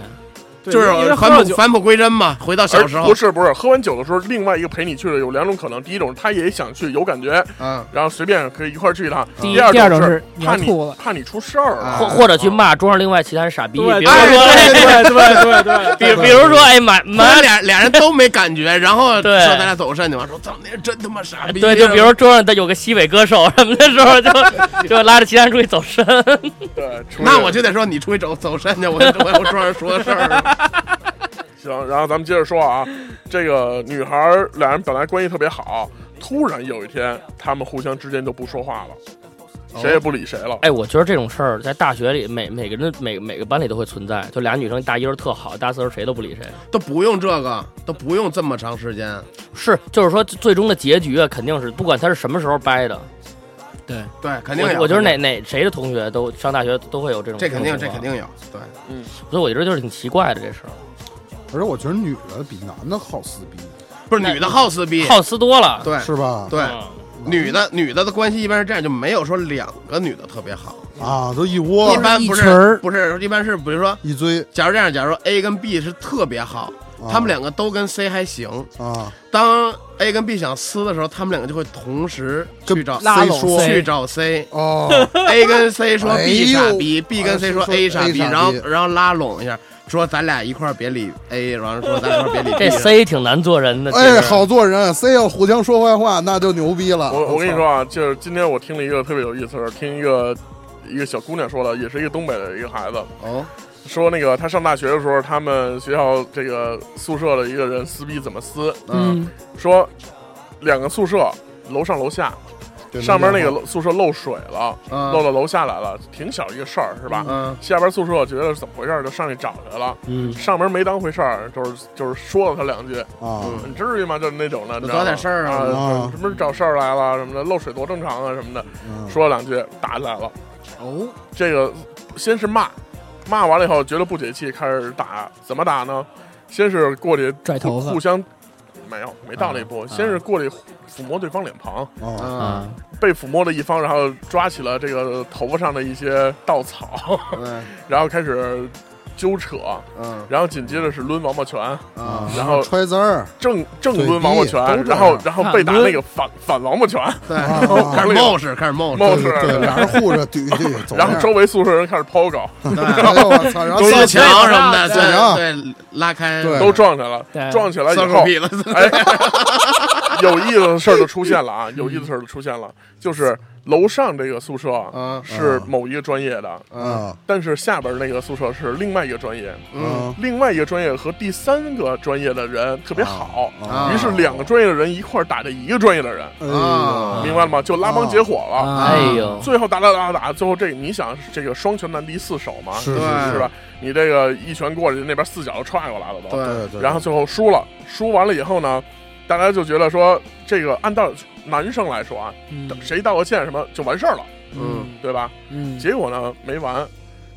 对就因为是喝返了璞酒，返璞归真嘛，回到小时而候不，是不是，喝完酒的时候，另外一个陪你去的有两种可能：第一种，他也想去，有感觉，嗯，然后随便可以一块儿去一趟；第二第二种种是你怕要你吐了，怕你出事儿啊或或者去骂桌上另外其他人傻逼，比对如对说，哎对对对 对比对，比如说，哎，买咱买，俩俩人都没感觉，然后对说咱俩走肾去嘛，说操，那人真他妈傻逼。啊对，就比如桌上他有个西北歌手什么的时候，就就拉着其他人出去走神。对，出去那我就得说你出去走走肾去，我 我我桌上说事儿，行。然后咱们接着说啊，这个女孩儿俩人本来关系特别好，突然有一天，他们互相之间就不说话了，谁也不理谁了。 哎，我觉得这种事儿在大学里每每个人每每个班里都会存在，就俩女生大一儿特好，大四儿谁都不理谁。都不用这个，都不用这么长时间。是，就是说最终的结局啊，肯定是不管他是什么时候掰的，对，肯定有。我我觉得哪哪谁的同学都上大学都啊会有这种这肯定种这情肯定有。对，况，所以我觉得就是挺奇怪的这事儿。而且我觉得女的比男的好撕逼，不是女的好撕逼，好撕多了，对是吧？对，嗯女的女的的关系一般是这样，就没有说两个女的特别好，啊，都一窝一般一不群是儿不是，一般是比如说，一堆，假如这样，假如说 A 跟 B 是特别好，啊他们两个都跟 C 还行，啊，当 A 跟 B 想撕的时候，他们两个就会同时去找拉拢 C 去找 C。 哦， A 跟 C 说哎 B 呦傻逼，B 跟 C 说啊说 A 傻逼， A 傻逼然后然后拉拢一下，说咱俩一块儿别理 A，然后说咱俩一块儿别理 B。 这 C 挺难做人的。哎，好做人，C 要互相说坏话，那就牛逼了。我我跟你操说，啊，就是今天我听了一个特别有意思的事儿，听一个一个小姑娘说的，也是一个东北的一个孩子，哦，说那个她上大学的时候，他们学校这个宿舍的一个人撕逼怎么撕，嗯，说两个宿舍楼上楼下，对上面那个，楼宿舍漏水了，嗯漏到楼下来了，挺小一个事儿是吧？嗯下边宿舍觉得是怎么回事儿，就上去找去了。嗯，上门没当回事儿，就是就是说了他两句，啊，嗯你至于吗？就是那种的，你知道找吗点事儿啊啊啊，什么找事儿来了什么的，漏水多正常啊什么的，嗯说了两句打起来了。哦，这个先是骂，骂完了以后觉得不解气，开始打，怎么打呢？先是过去拽头发互相没有没到那一步，啊先是过去抚摸对方脸庞，哦，啊，啊，被抚摸的一方，然后抓起了这个头发上的一些稻草， 嗯然后开始纠扯，嗯然后紧接着是抡王八拳，啊，嗯然后揣 子儿，正正对抡王八都这拳，样然后然后被打反抡那个反反王八拳，对，哦啊开始冒失，开始冒失，冒对失， 对，俩人护着怼怼，走然后那儿周围宿舍人开始抛狗，对， 哎呦我 操，然后撞四墙啊什么的，对对对，拉开，对都撞起来了，对撞起来以三后口，屁了，哎， 有意思的事儿就出现了啊！有意思的事儿就出现了，就是楼上这个宿舍啊啊是嗯某一个专业的，啊，但是下边那个宿舍是另外一个专业，嗯另外一个专业和第三个专业的人特别好，啊于是两个专业的人一块儿打这一个专业的人，哎啊呦明白了吗？就拉帮结伙了。啊哎呦，最后打打打打打，最后这你想这个双拳难敌四手嘛，是对是吧？你这个一拳过去，那边四脚就踹过来了都。对对对，然后最后输了，输完了以后呢，大家就觉得说这个按道理男生来说啊，嗯谁道个歉什么就完事儿了，嗯对吧？嗯，结果呢没完，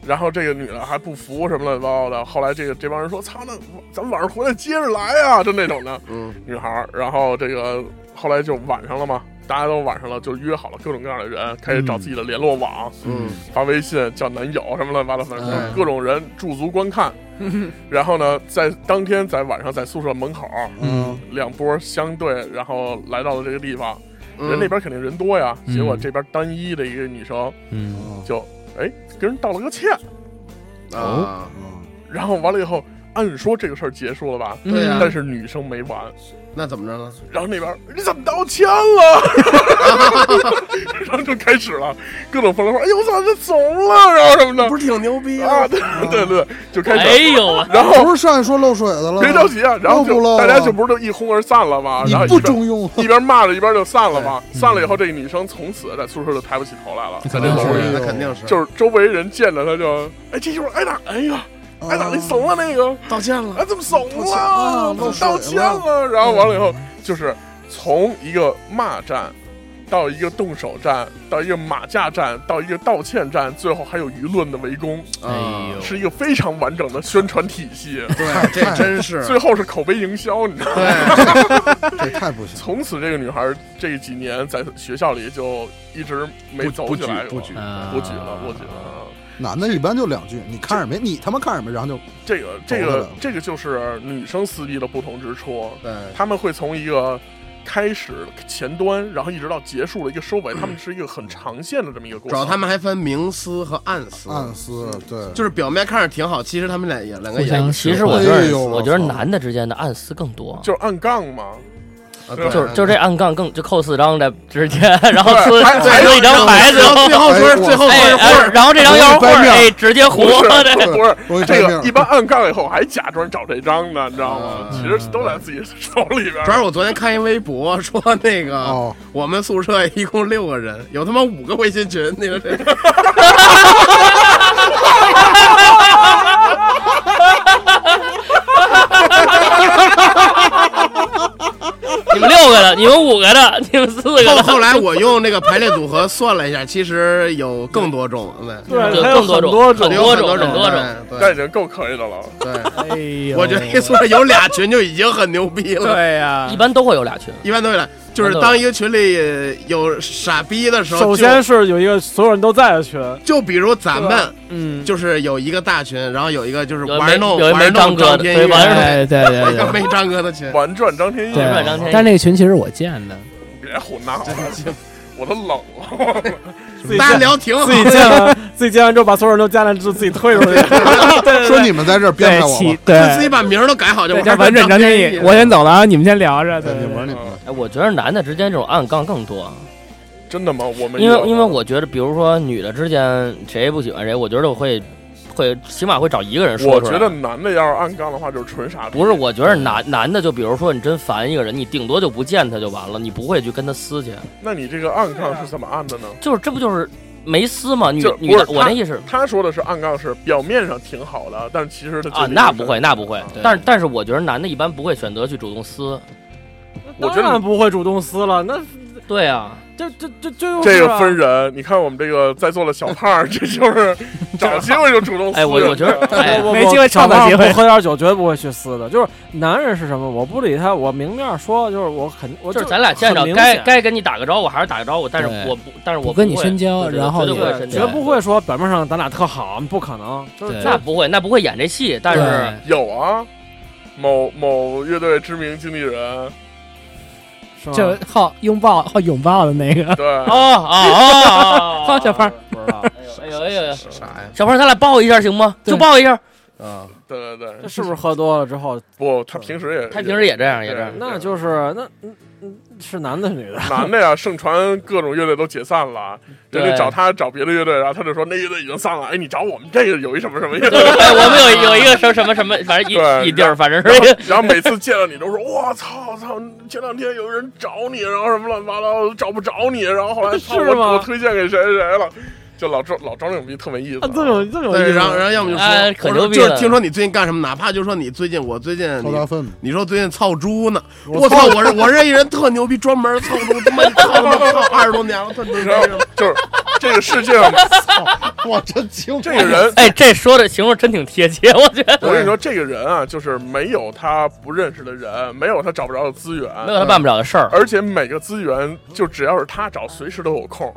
然后这个女的还不服什么乱七八糟的，后来这个这帮人说操，那咱们晚上回来接着来啊，就那种的嗯女孩儿。然后这个后来就晚上了嘛。大家都晚上了，就约好了各种各样的人，开始找自己的联络网，嗯发微信叫男友什么乱七八糟，反正嗯各种人驻足观看。 然后呢，在当天在晚上在宿舍门口，嗯两波相对，然后来到了这个地方，嗯，人那边肯定人多呀，嗯结果这边单一的一个女生嗯，就哎跟人道了个歉，啊，嗯然后完了以后，按说这个事儿结束了吧？对呀但嗯是女生没完，那怎么着呢？然后那边你怎么道歉了？ 然后就开始了各种风凉话，哎呦我操，这怂了，然后什么的，不是挺牛逼啊，对对对，就开哎始，呦啊，然后不是上去说漏水的了吗？别着急啊，然后漏不漏就啊大家就不是就一哄而散了吗？你然后不一边中哎用，一边骂着一边就散了嘛。散了以后，这个女生从此在宿舍就抬不起头来了，在这能楼是里，那肯啊定是，就是周围人见着她就，哎，这就是挨打，哎呀，挨打那怂了那个，道歉了，哎，怎么怂道歉了啊？怎么漏水道歉了？然后完了以后，就是从一个骂战。到一个动手战，到一个马架战，到一个道歉战，最后还有舆论的围攻，啊哎呦，是一个非常完整的宣传体系。啊对，这真 是，最后是口碑营销，你知道吗？ 对，这太不行。从此，这个女孩儿这几年在学校里就一直没走起来过，不举不举啊了，不举了，啊不举了。男的一般就两句，你看着没？你他妈看着没？然后就这个，这懂个了，这个就是女生撕逼的不同之处。对，他们会从一个开始前端，然后一直到结束的一个收尾，他们是一个很长线的这么一个过主程。要他们还分明撕和暗撕，嗯暗撕，对，就是表面看着挺好，其实他们俩也啊两个互也相其实使我唤觉哎得，呦我觉得我操男的之间的暗撕更多，就是按杠 嘛，啊对就是就是这暗杠更就扣四张的直接，然后出对还还有一张牌子，然后最后哎说我最后说哎是哎，然后这张要是我混也掰儿，面儿哎，直接糊不是了这。不是容易这占个面一般按杠以后还假装找这张呢，你知道吗？嗯其实都在自己手里边儿。主要是我昨天看一微博说那啊个、哦我们宿舍一共六个人，有他妈五个微信群，那 个谁，你们六个的，你们五个的，你们四个后的，后来我用那个排列组合算了一下，其实有更多种，对，对，有还有更很种，多很种，有多很多很多种。对那已经够可以的了。对对，哎呦，我觉得一宿舍有俩群就已经很牛逼了，对呀哎一，般都会有俩群，一般都会来。啊就是当一个群里有傻逼的时候，首先是有一个所有人都在的群，就就比如咱们嗯，就是有一个大群，然后有一个就是有一玩没弄有一没玩弄张哥的天对宇，玩弄哎对对对一个 对。没张哥 的群，玩转张天翼，对转张天翼但那个群其实我建的，别胡闹真了，行我都冷 了。自己大家建聊挺好自。己建完， 自己建完之后把所有人都加进来，就自己退 出去。说你们在这儿编对排我起吧，就自己对，把名儿都改好就对完叫完整张天翼，我先走了啊，你们先聊着。对哎，对你玩对你们，哎，我觉得男的之间这种暗杠更多，真的吗？我们因为因为我觉得，比如说女的之间谁不喜欢谁，我觉得我会会起码会找一个人说我出来。觉得男的要是按杠的话，就是纯傻逼。不是，我觉得男男的就比如说你真烦一个人，你顶多就不见他就完了，你不会去跟他撕去。那你这个按杠啊是怎么按的呢？就是这不就是没撕吗？女就是女的，不是我他那意思他说的是按杠是表面上挺好的，但其实他啊，最那底层不会，那不会啊。嗯但是但是，我觉得男的一般不会选择去主动撕。我觉当然得不会主动撕了，那对啊，这这这这啊这个分人。你看我们这个在座的小胖儿，这 就是找机会就主动撕人。哎，我我觉得，哎，没机会创造机会不喝点酒绝对不会去撕的。就是男人是什么，我不理他，我明面说，就是我肯我就是咱俩见着很明该显该跟你打个招呼还是打个招呼，但是对我不，但是我不跟你会深交对对然后绝对你不会对，深绝交，不会说表面上咱俩特好，不可能。就是对那不会，那不会演这戏，但是对有啊，某某乐队知名经纪人，是嗯吗就好拥抱好拥抱的那个，对，哦哦哦，好小胖，不知道，哎呦哎呦哎呦，啥呀？小胖，咱俩抱一下行吗？对就抱一下。啊，对对对这，是不是喝多了之后，不，他平时也嗯他平时也这样，也这样。那就是那嗯嗯是男的女的？男的呀，盛传各种乐队都解散了，人家对找他找别的乐队，然后他就说那乐队已经散了，哎，你找我们这个有一什么什么乐 对，队。哎，我们有有一个什么什么什么，反正对一一地儿，反正然后是，然后每次见到你都说，我操操！前两天有人找你，然后什么乱七八糟的找不着你，然后后来操是吗我我推荐给谁谁了，就老装老装这种逼特没意思啊，。这有这有对，意然后思。然后要么就哎说，可我说牛逼就是了听说你最近干什么，哪怕就说你最近，我最近抽你大粪。你说最近操猪呢？我操！我是我认一人特牛逼，专门操猪，他妈操他妈操二十多年了，特牛逼。然 后 就是这个世界上我真惊，这个人， 哎，这说的形容真挺贴切，我觉得。我跟你说，这个人啊，就是没有他不认识的人，没有他找不着的资源，没有他办不了的事儿，而且每个资源就只要是他找，随时都有空。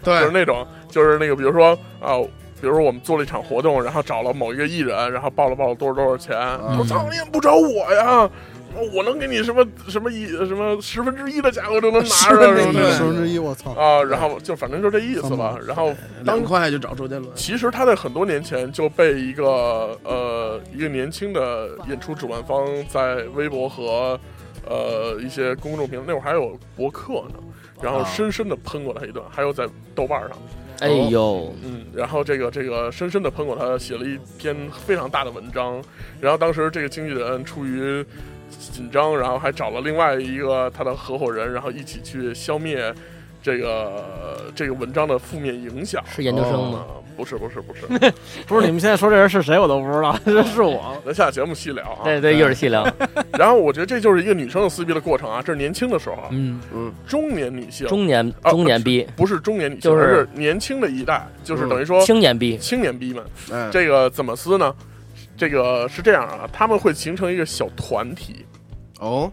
就是对，那种，就是那个，比如说啊、比如说我们做了一场活动，然后找了某一个艺人，然后报了报了多少多少钱，嗯他说操，你怎么不找我呀？我能给你什么什么一什么十分之一的价格都能拿着，是什么对的十分之一，我嗯操！啊，然后就反正就这意思吧。然后当两块就找周杰伦。其实他在很多年前就被一个呃一个年轻的演出主办方在微博和呃一些公众平那会儿还有博客呢，然后啊深深的喷过他一顿，还有在豆瓣上，哎呦，嗯，然后这个这个深深的喷过他，写了一篇非常大的文章，然后当时这个经纪人出于紧张，然后还找了另外一个他的合伙人，然后一起去消灭这个这个文章的负面影响。是研究生吗？啊，不是不是不是，不是你们现在说这人是谁，我都不知道， 这是我。咱下节目细聊啊。对对，一会 儿细聊。然后我觉得这就是一个女生的撕逼的过程啊，这是年轻的时候啊，嗯，中年女性中年啊中年逼，不是中年女性，就是嗯而是年轻的一代，就是等于说青年逼，青年逼们，哎，这个怎么撕呢？这个是这样啊，他们会形成一个小团体，哦，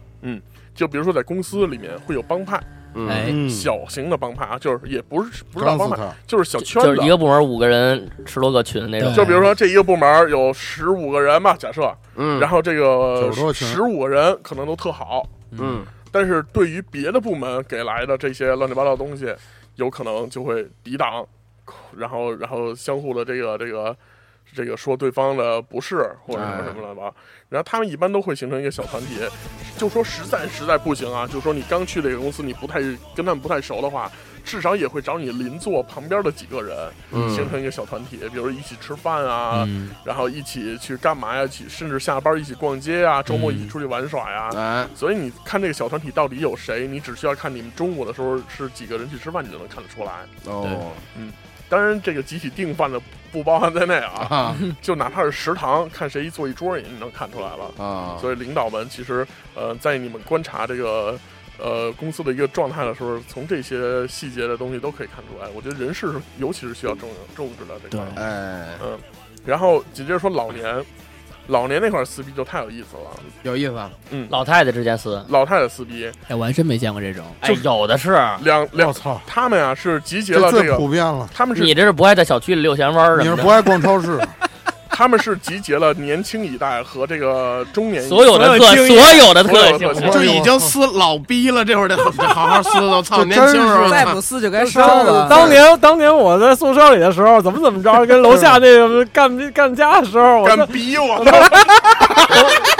就比如说在公司里面会有帮派，嗯哎嗯，小型的帮派啊，就是也不是不是大撞帮死派，他！就是小圈就子是一。个部门五个人吃罗个群那种。就比如说这一个部门有十五个人吧，假设，嗯，然后这个90多个群十五个人可能都特好，嗯，但是对于别的部门给来的这些乱七八糟的东西，有可能就会抵挡，然后然后相互的这个这个这个说对方的不是或者什么哎什么的吧。然后他们一般都会形成一个小团体，就说实在实在不行啊，就说你刚去这个公司，你不太跟他们不太熟的话，至少也会找你邻座旁边的几个人、嗯形成一个小团体，比如一起吃饭啊，嗯然后一起去干嘛呀，一起甚至下班一起逛街啊，周末一起出去玩耍呀。哎，所以你看这个小团体到底有谁，你只需要看你们中午的时候是几个人去吃饭，你就能看得出来。哦，当然，这个集体订饭的不包含在内 啊，啊就哪怕是食堂，看谁一坐一桌也能看出来了。啊， 所以领导们其实，呃，在你们观察这个，呃，公司的一个状态的时候，从这些细节的东西都可以看出来。我觉得人事是尤其是需要重重视的这个。对哎，然后紧接着说老年，老年那块儿撕逼就太有意思了，有意思啊。老太太之间撕，老太太撕逼，哎，我还真没见过这种。哎，有的是。两两我操，他们呀、是集结这了这最个，普遍了。他们是你这是不爱在小区里遛闲弯儿你什是么不的，爱逛超市，他们是集结了年轻一代和这个中年一代所有的特所有经验所有的所有特的特性，性就已经撕老逼了，这会儿得得好好撕了。我操，年轻时候再操不撕就该烧了。当年当年我在宿舍里的时候，怎么怎么着，跟楼下那个干 干架的时候，我敢等逼我，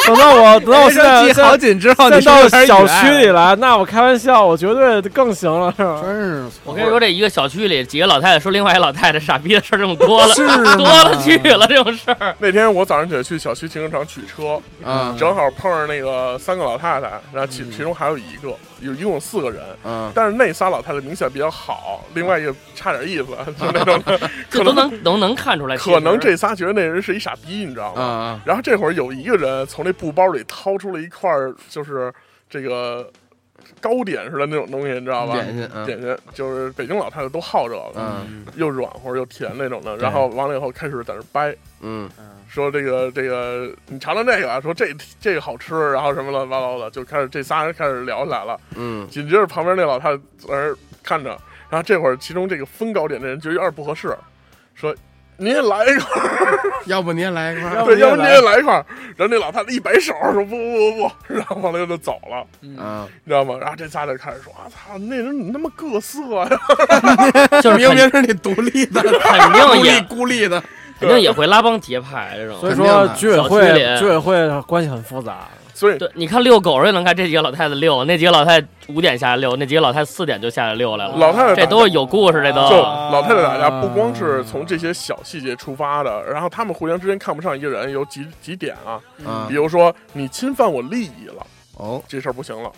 等到我等到我现在记现在好紧之后，你再是不到是开始小有点区爱里来，那我开玩笑，我绝对更行了，是吧？真是我跟你说，这一个小区里几个老太太说另外一老太太傻逼的事儿，这种多了， 多了去了这种事儿。那天我早上起来去小区停车场取车，啊，正好碰上那个三个老太太，然后其其中还有一个，有一共四个人，嗯，但是那仨老太太明显比较好，另外一个差点意思， 就那种的，这可都能能都能看出来。可能其实这仨觉得那人是一傻逼，你知道啊吗？啊，然后这会儿有一个人从那布包里掏出了一块儿，就是这个糕点似的那种东西，你知道吧？点心啊点心就是北京老太太都好这个，嗯又软和又甜那种的。然后完了以后开始在那掰，嗯，说这个这个你尝尝这个啊，说这这个好吃，然后什么乱七八糟的，就开始这仨人开始聊起来了。嗯，紧接着旁边那老太太在那儿看着，然后这会儿其中这个分糕点的人觉得有点不合适，说你也来一块儿。要不你也来一块儿对，要不哦你也来一块儿。然后那老太太一摆手说不不不不，然后完了就走了，啊？你知道吗？然后这仨就开始说啊操，那人怎么那么各色呀、就是明肯明是你独立的，肯孤定立也孤立的，肯定也会拉帮结派这所种。以肯定说的居委小区会里居委会关系很复杂，所以对，你看遛狗儿也能看这几个老太太遛，那几个老太太五点下来遛，那几个老太太四点就下来遛来了。老太太这打都是有故事，这就都。老太太打架不光是从这些小细节出发的，然后他们互相之间看不上一个人有几几点啊，啊比，如说你侵犯我利益了，哦，这事儿不行了。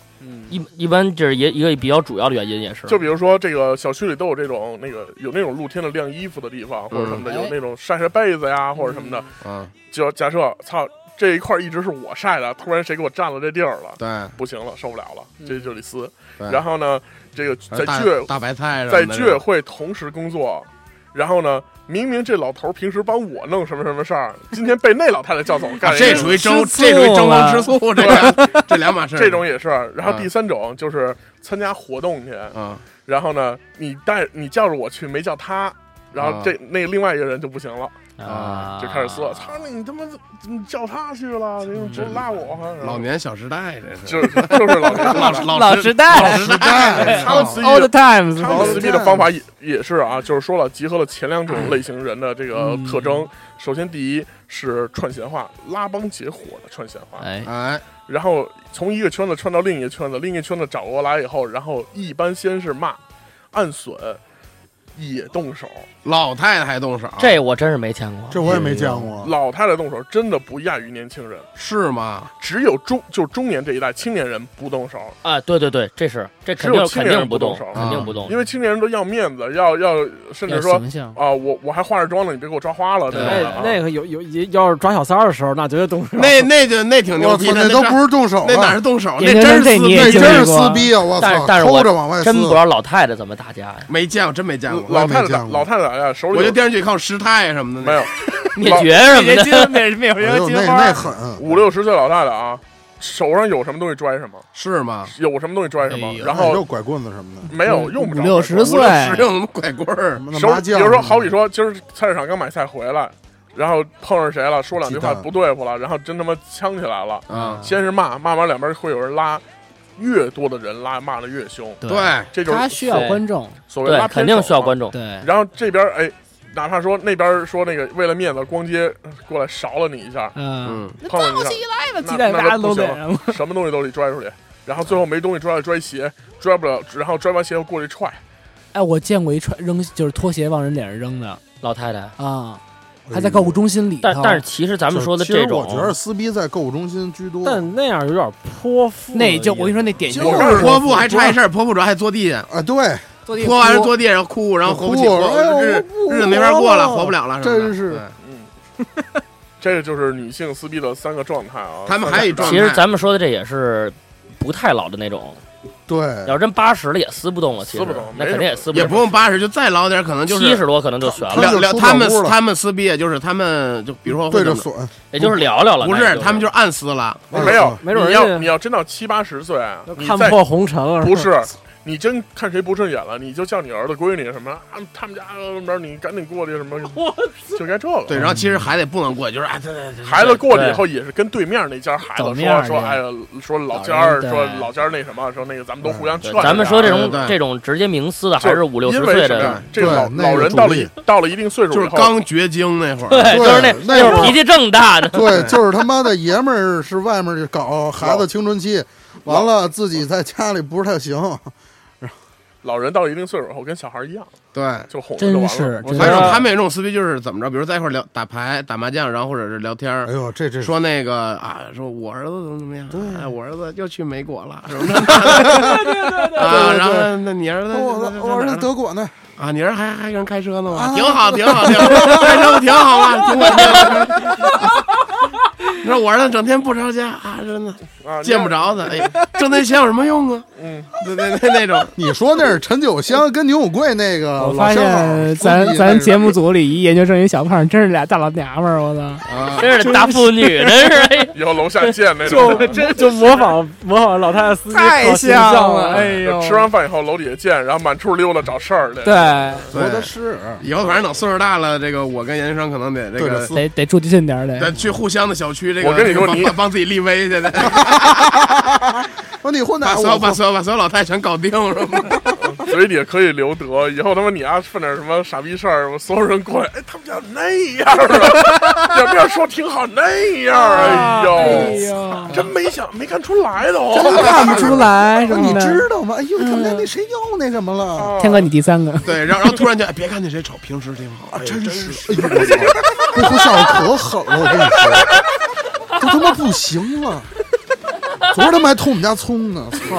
一一般就是一一个比较主要的原因也是，就比如说这个小区里都有这种那个有那种露天的晾衣服的地方或者什么的，嗯有那种晒晒被子呀或者什么的。啊，就假设操这一块儿一直是我晒的，突然谁给我占了这地儿了，对，不行了，受不了了，这就得撕。对然后呢，这个在哎大居委大白菜什在么的居委会同时工作，然后呢，明明这老头儿平时帮我弄什么什么事儿，今天被那老太太叫走干 啊，一这个属于争，吃醋这属于争风了吃醋，这个这两码事儿。这种也是。然后嗯第三种就是参加活动去，啊，然后呢，你带你叫着我去，没叫他。然后这那另外一个人就不行了，啊就开始撕了。操你他妈怎么叫他去了？你怎么拉我？啊然后嗯老年小时代，这就是是就是老年 老老老时代老时代，他们自己 All the times，他们撕逼的方法也也是啊，就是说了，集合了前两种类型人的这个特征。首先，第一是串闲话，拉帮结伙的串闲话，哎，哎，然后从一个圈子串到另一个圈子，另一个圈子找过来以后，然后一般先是骂、暗损，也动手。老太太动手，这我真是没见过。这我也没见过。老太太动手真的不亚于年轻人，是吗？只有中就中年这一代青年人不动手，啊，对对对，这是这肯只有定青肯年人定不动不动，手肯定不动啊因。为青年人都要面子，要要甚至要说形象，啊、我我还化着妆呢，你别给我抓花了这种对的啊。那哎那个有有要是抓小三儿的时候，那绝对动手。那那就那挺牛我逼操，的，那都真不是动手啊，那哪是动手，眼睛真这是你也那那经真历真是是撕逼啊！我但是操，但是偷我着往外撕真，不知道老太太怎么打架呀，没见过，真没见过。老太我也没太见过老太太哎呀，手里我有就电视剧看过师太什么的，没有灭绝什么人的。精美美哎人呦，金那花那，狠，五六十岁老太太啊，手上有什么东西拽什么，是吗？有什么东西拽什么哎，呦然哎后就拐棍子什么的，没有用不着五六十手岁，使用什么拐棍儿什？么的手麻比将。如说好比，说今儿菜市场刚买菜回来，然后碰上谁了，说两句话鸡蛋不对付了，然后真他妈呛起来了，啊，先是骂，骂完两边会有人拉，越多的人拉骂的越凶，嗯对，这就是他需要观众，所谓对拉，偏肯定需要手嘛观众。对，然后这边哎，哪怕说那边说那个为了面子，光街过来勺了你一下，嗯，嗯，碰了你一下，那那鸡蛋那啥就不都行得了，什么东西都得拽出去，然后最后没东西拽了拽鞋，拽不了，然后拽完鞋又过去踹，哎，我见过一穿扔就是拖鞋往人脸上扔的老太太，啊，还在购物中心里但头，但是其实咱们说的嗯就这是其实种我，觉得撕逼在购物中心居多。但那样有点泼妇的意那思。就我跟你哎说那典型就就是泼妇还差一事儿，泼妇主要还坐地下，啊，对，坐地泼完是坐地上哭，然后活不起，哭哎呦活日我不日子没法过了，活了活不了了，真是对嗯，这个就是女性撕逼的三个状态啊。他们还有一状态其实咱们说的这也是不太老的那种，对要，是真八十了也撕不动了，其实撕不动那肯定也撕不也不用八十，就再老点，可能就是七十多可能就悬了，他聊就聊出他口们屋了他们撕逼，就是他们就比如说对着会怎么锁，也就是聊聊了。不那也是就他们就是暗撕了，对没有，没准你人要家你要真到七八十岁，啊你看再破红尘了，不吧是，你真看谁不顺眼了，你就叫你儿子闺女什么啊，他们家怎么着，你赶紧过去什么，就该这个。对，然后其实孩子也不能过去，就是哎，对对对，孩子过去以后也是跟对面那家孩子走面说说，儿去哎呀，说老家儿，对说老家儿那什么，说那个咱们都互相劝对一下。咱们说这种对对这种直接明撕的，就还是五六十因为岁什么的，呀？这个老对那个老人主到了一力到了一定岁数就以是后，刚绝经那会儿，对，对就是那那就是会儿脾气正大的，对，就是他妈的爷们儿是外面搞孩子青春期，完了自己在家里不是太行，老人到了一定岁数以后跟小孩一样，对。就哄着就完真了。是我真还是有他们有一种撕逼，就是怎么着，比如在一块儿聊打牌、打麻将，然后或者是聊天儿哎，呦，这这说那个啊，说我儿子怎么怎么样，哎，我儿子又去美国了，什么的，啊，然后那你儿子，我在的我儿哪子呢德国呢，啊，你儿子还还跟人开车呢吗？啊挺好，挺好，挺好，开车不挺好吗？挺稳定的。你说我儿子整天不着家啊，真的啊，见不着他，哎，挣那钱有什么用啊？嗯，对对对，那种你说那是陈九香跟牛永贵那个我老发相好现夫妻咱那咱是节目组里一研究生一小胖，真是俩大老娘们儿，我操！啊，真是大妇女，真是哎以后楼下见那种 就。真就模仿模仿老太太司机，太可形象像了了，哎呦就吃完饭以后楼底下见，然后满处溜达找事儿去。对，说的对，是以后反正等岁数大了，这个我跟研究生可能得这对着个撕。得得住近点儿得得。去互相的小区，这个我跟你说帮你帮帮自己立威去，对说你混把哪？所有我把所有把所有老太太全搞定，是吗？嘴里可以留德，以后他妈你丫犯点什么傻逼事儿，我所有人过来，哎，他们家那样啊，要不要说挺好那样啊？哎哎呦，呦，真没想没看出来都。看不出来什说么你的。知道吗？哎呦，他们嗯家那谁又那什么了？天哥，你第三个，对，然后然后突然就哎， 别看那谁丑，平时挺好，哎真真是，哎呦，我操，这胡笑可狠了，我跟你说， 都他妈不行了。昨儿他妈还偷我们家葱呢，操！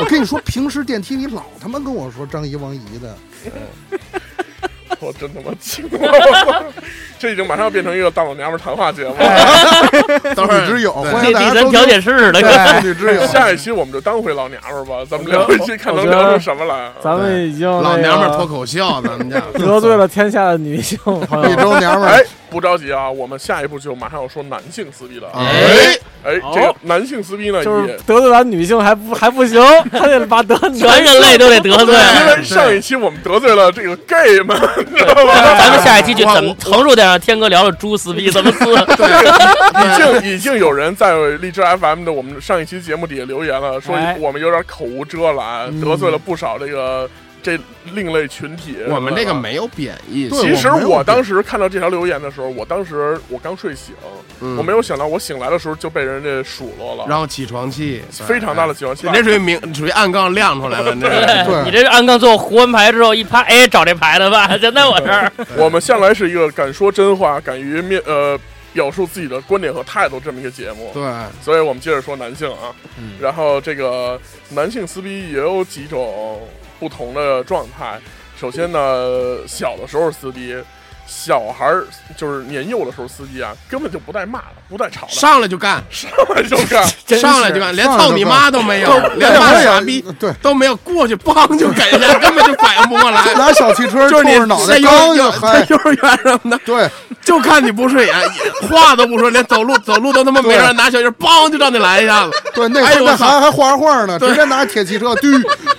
我跟你说，平时电梯里老他妈跟我说张姨王姨的，我真他妈惊了， 这已经马上要变成一个大老娘们儿谈话节目了。等会妇儿女之友，对欢第迎大第家收三调听。解室的，对，妇女之哎友，下一期我们就当回老娘们儿吧，咱们聊一期看能聊出什么来。咱们已经 老娘们儿脱脱口秀，咱们家。得罪了天下的女性朋 一友。周娘们哎儿，，不着急啊，我们下一步就马上要说男性撕逼了。啊哎，哎，这个男性撕逼呢，就是也得罪完女性还不还不行，还得把得全人类都得得罪。因为上一期我们得罪了这个 gay 们，你知道吧？咱们下一期就怎么横竖得让天哥聊聊猪撕逼怎么撕，哎已经已经有人在荔枝 FM 的我们上一期节目底下留言了，说哎我们有点口无遮拦，得罪了不少这个这另类群体。我们这个。没有贬义，对其实我没有我当时看到这条留言的时候，我当时我刚睡醒，嗯我没有想到我醒来的时候就被人家数落了，然后起床气非常大的。喜欢气对。你这属于明，属于暗杠亮出来了，那是对你这是安杠最后胡完牌之后一拍，哎，找这牌子吧，就在我这儿。我们向来是一个敢说真话、敢于面呃表述自己的观点和态度这么一个节目。对，所以我们接着说男性啊，然后这个男性撕逼也有几种不同的状态。首先呢，小的时候撕逼，小孩儿就是年幼的时候撕逼啊，根本就不带骂的，不带吵的，上来就干，上来 就干。上来就干，连上来就操你妈都没有，连骂我也傻逼对，都没有，过去梆就给人家，根本就反应不过来。拿小汽车哎就是冲你着脑在袋幼刚幼就在嗨，幼儿园什么的， 对，就看你不顺眼， 话都不说，连走路走路都他妈没人，对拿小球梆就让你来一下子。对，那哎时候呦我那操！还还画画呢，直接拿铁汽 车，嘟，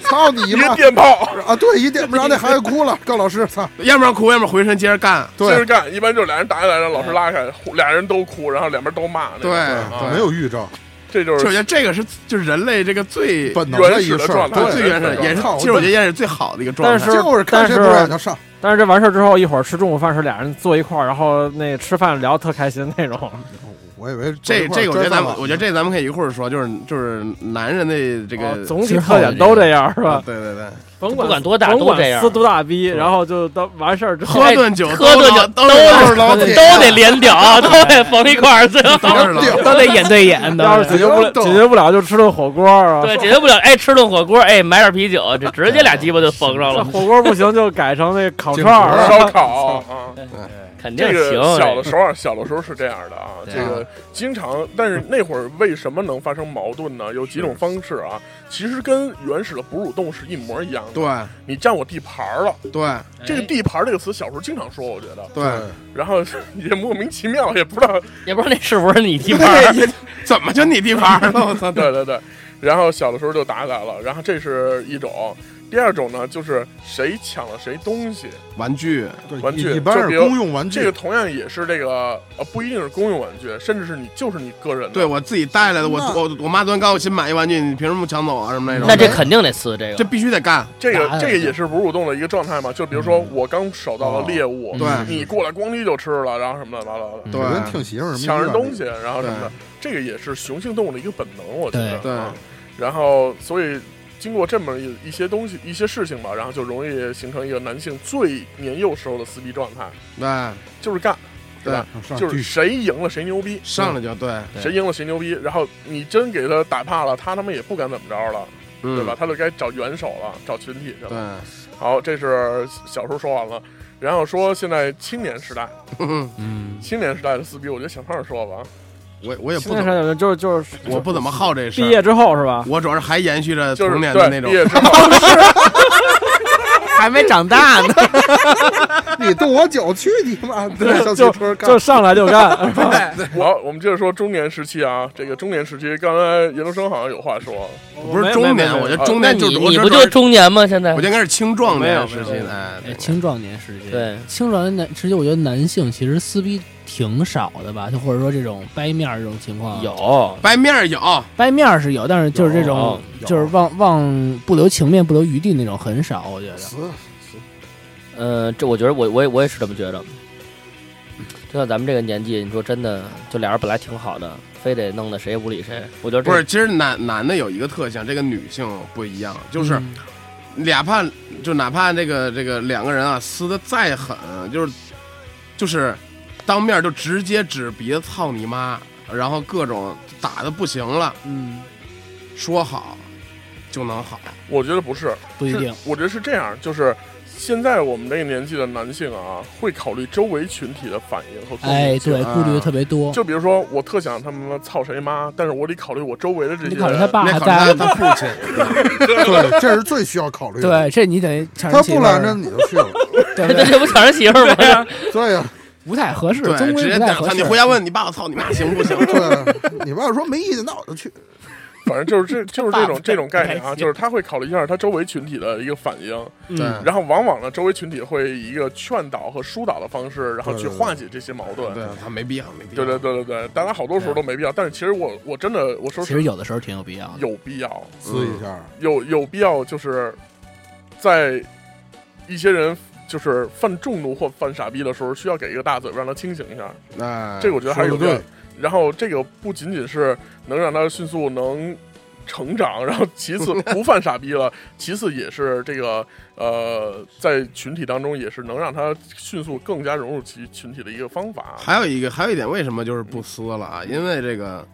操你一个妈！电炮，啊，对，一点，然后那孩子哭了，告老师，操，要不然哭，要不然回身接着干。接着对干。一般就俩人打起来，让老师拉开，俩人都哭，然后两边都骂那种。对啊没有预兆，这就就是我觉是得这个是就是人类这个最本能的原一始的事状儿，态对最原始，对也是靠其实我觉得也是最好的一个状但态。是就是看谁不但顺是眼就上，但是这完事儿之后，一会儿吃中午饭时，俩人坐一块儿，然后那吃饭聊得特开心那种。我以为这这这个我觉得咱们，我觉得这咱们可以一会儿说，就是就是男人的这啊个啊总体特点都这样是吧？对对对，甭不管多大甭管都这样撕多大逼，然后就到完事儿 之后喝顿酒，喝顿酒都都啊是老铁都得连屌，啊都得缝一块儿，最后都是老铁都得眼对眼要的是。解决不了，解决不了就吃顿火锅啊。对解决不了。哎，吃顿火锅，哎，买点啤酒，这直接俩鸡巴就缝上那了。火锅不行就改成那烤串儿，烧烤啊，肯定这行。个小这的时候，啊小的时候是这样的啊，对这个经常，但是那会儿为什么能发生矛盾呢？有几种方式啊，其实跟原始的哺乳动物是一模一样的。对哎你占我地盘儿了，对这个“地盘儿”这个词小时候经常说，我觉得，嗯对，然后 也莫名其妙，也不知道，也不知道那是不是你地 盘儿。怎么就你地盘儿了？我 操！对对对。然后小的时候就打起来了，然后这是一种。第二种呢，就是谁抢了谁东西，玩具对玩具一一般就比是如公用玩具，这个同样也是这个呃，不一定是公用玩具，甚至是你就是你个人的。对我自己带来的，我那我我妈昨天告诉我新买一玩具，你凭什么不抢走啊什么那种？那这肯定得撕这个。这必须得干，这个打起来这个也是哺乳动物的一个状态嘛，就比如说我刚手到了猎物，嗯哦对你过来咣叽就吃了，然后什么的，完了完了嗯对我跟听媳妇儿抢人东西，西，然后什么的，这个也是雄性动物的一个本能，我觉得。对对嗯然后，所以经过这么一一些东西、一些事情吧，然后就容易形成一个男性最年幼时候的撕逼状态，对，就是干，是吧？上就是去谁赢了谁牛逼，嗯啊上来就对，对谁赢了谁牛逼。然后你真给他打怕了，他他妈也不敢怎么着了，嗯，对吧？？他就该找元首了，找群体去了。对，好，这是小时候说完了，然后说现在青年时代，嗯，青年时代的撕逼，我觉得小胖儿说吧，我我也现不在怎上么，有人就是就是我不怎么好这事毕儿，业之后是吧？我主要是还延续着就是童年的对那种毕，业之后，还没长大呢，你动我脚去你妈！对，小汽就车干就上来就干，好，我们接着说中年时期啊，这个中年时期，刚才研究生好像有话说，不是中年，我觉得中啊那年你就是我你觉不得就是中年吗？现在我觉得应该是青壮年时期没有没有的，哎哎，青壮年时期，对青壮年男时期，我觉得男性其实撕逼挺少的吧，就或者说这种掰面儿这种情况，有白面儿有，掰面儿是有，但是就是这种有就是忘忘不留情面不留余地那种很少，我觉得。死呃，这我觉得我我也我也是这么觉得。就像咱们这个年纪，你说真的，就俩人本来挺好的，非得弄得谁也不理谁。我觉得这不是，其实男男的有一个特性，这个女性不一样，就是嗯俩怕就哪怕这个这个两个人啊撕的再狠，就是就是当面就直接指鼻子操你妈，然后各种打的不行了，嗯，说好就能好，我觉得不是，不一是定，我觉得是这样，就是。现在我们这个年纪的男性啊，会考虑周围群体的反应和作用哎，对，啊顾虑特别多。就比如说，我特想他妈操谁妈，但是我得考虑我周围的这些你人。考虑他爸那还考在虑他吗？他 父亲，对，这是最需要考虑的。对，这你得抢他人媳不妇拦着儿，你就去了，对这不 对？这不抢人媳妇儿啊吗？对呀，不太合适，终对，归直接不太打合他，适。你回家问你爸，我操你妈 行不行？对，你爸说没意见，那我就去。反正就是这就是这种这种概念太啊，行就是他会考虑一下他周围群体的一个反应。对嗯，然后往往呢，周围群体会以一个劝导和疏导的方式，然后去对对对化解这些矛盾。对，他没必要，没必要，对对对对对，当然好多时候都没必要，但是其实我我真的我说 其是实有的时候挺有必要的。有必要，撕一下，有有必要就是在一些人就是犯众怒或犯傻逼的时候，需要给一个大嘴巴让他清醒一下。哎，这个我觉得还是有说必得要对。然后这个不仅仅是能让他迅速能成长，然后其次不犯傻 逼了，其次也是这个呃，在群体当中也是能让他迅速更加融入其群体的一个方法。还有一个，还有一点，为什么就是不撕了啊？因为这个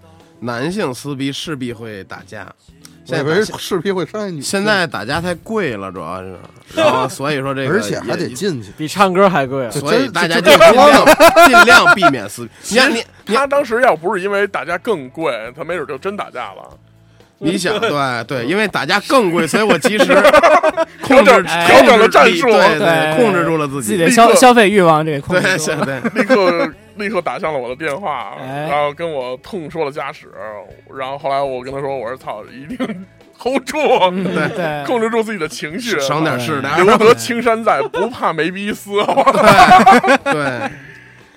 男性撕逼势必会打架，我以现为在是打势必会伤害女性，现在打架太贵了，主要是，然后所以说这个，而且还得也，进去。比唱歌还贵。啊所以大家这就尽量尽量避免撕逼。你看你你他当时要不是因为打架更贵，他没准就真打 架了。你想对对，因为打架更贵，所以我及时控调制整控制调整了战术对对控制住了自自己己。的消消费欲望这个控制对住了。对对，立刻立刻打向了我的电话，哎然后跟我痛说了家史。然后后来我跟他说：“我说操，一定 hold 住，嗯对嗯对，控制住自己的情绪，省点是点儿。留得青山在，不怕没逼撕。好吧对，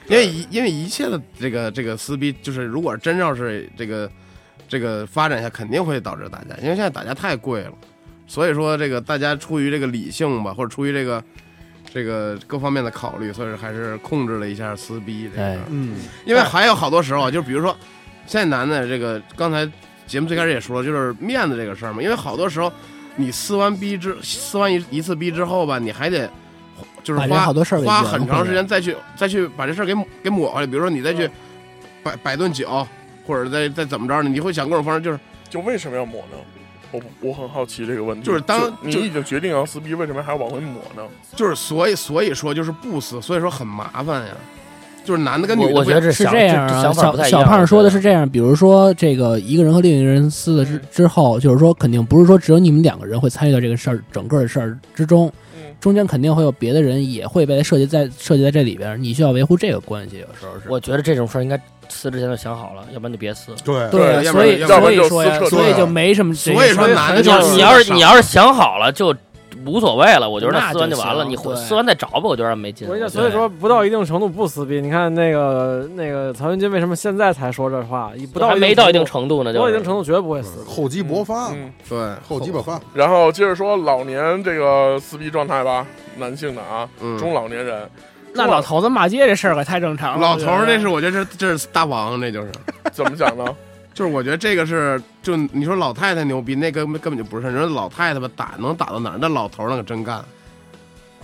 因为一因为一切的这个这个撕逼，就是如果真要是这个这个发展下，肯定会导致打架，因为现在打架太贵了，所以说这个大家出于这个理性吧，或者出于这个。这个各方面的考虑，所以还是控制了一下撕逼这哎个，嗯，因为还有好多时候啊，就比如说，现在男的这个刚才节目最开始也说了，就是面子这个事儿嘛，因为好多时候你撕完逼之撕完一一次逼之后吧，你还得就是把人花好多事儿给花圆很回长来时间再去再去把这事儿给抹给抹回来，比如说你再去摆摆顿酒，或者再再怎么着呢？你会想各种方式，就是就为什么要抹呢？我我很好奇这个问题。就是当你就已经决定要撕逼，为什么还要往回抹呢？就是所以所以说就是不撕，所以说很麻烦呀。就是男的跟女我的不我一觉得样，这是想这样这啊，想法不小太一小样胖说的是这样，比如说这个一个人和另一个人撕嗯了之之后，就是说肯定不是说只有你们两个人会参与到这个事儿整个的事儿之中，嗯中间肯定会有别的人也会被涉及在涉及在这里边儿，你需要维护这个关系，有时候是。我觉得这种事儿应该撕之前就想好了，要不然就别撕。对对啊要不所然以要不然所就以说呀撕彻，底所以就没什么。所以说男的你就要是你要啊是你要是想好了就无所谓了，我觉得那撕完就完了，行你回对撕完再找吧，我觉得没劲。所我以觉所以得说不到一定程度不撕逼。你看那个那个曹云金为什么现在才说这话？一不到还没到一定程程度呢，度，就不是到一定程度绝对不会撕。厚积薄发嘛，嗯对厚积薄发。然后接着说老年这个撕逼状态吧，男性的啊，嗯中老年人那老头子骂街这事儿可太正常了。老我头觉儿，得这是我觉得这这是大王，这就是怎么讲 呢？就是我觉得这个是就你说老太太牛逼，那根本根本就不是人家老太太吧打能打到哪儿？那老头儿那可真干，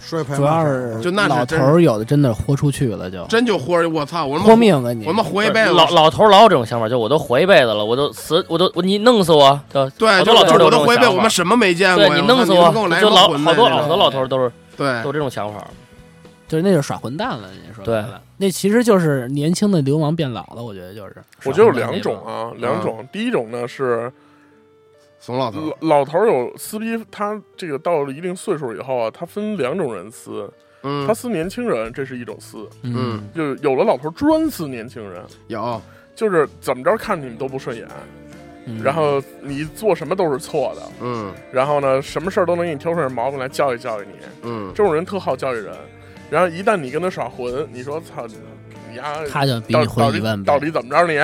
摔牌主要是就那是老头真儿有的真的豁出去了就，真就豁我操，我他妈豁命啊你！我他妈活一辈子，老老头儿老有这种想法，就我都活一辈子了，我都死，我都我你弄死我，就对，好就多老头儿就都有这是我都种活一辈子，想我法们。什么没见过对呀？你我弄操死你我，们给我来就什么老好多好多老混蛋哎这种头儿都是对都这种想法。就是那就是耍混蛋了，你说对白了，那其实就是年轻的流氓变老了，我觉得就是。我觉得有耍混蛋两那种帮，啊，两种。第一种呢是怂嗯老头儿，老老头儿有撕逼，他这个到了一定岁数以后啊，他分两种人撕，呃他嗯撕年轻人，这是一种撕，嗯，就是有的老头儿专撕年轻人，有就是怎么着看你们都不顺眼，嗯然后你做什么都是错的，嗯然后呢，什么事儿都能给你挑出点毛病来教育教育你，嗯这种人特好教育人，然后一旦你跟他耍混，你说操你丫呃他就比到你混底一万倍到。底怎么着你，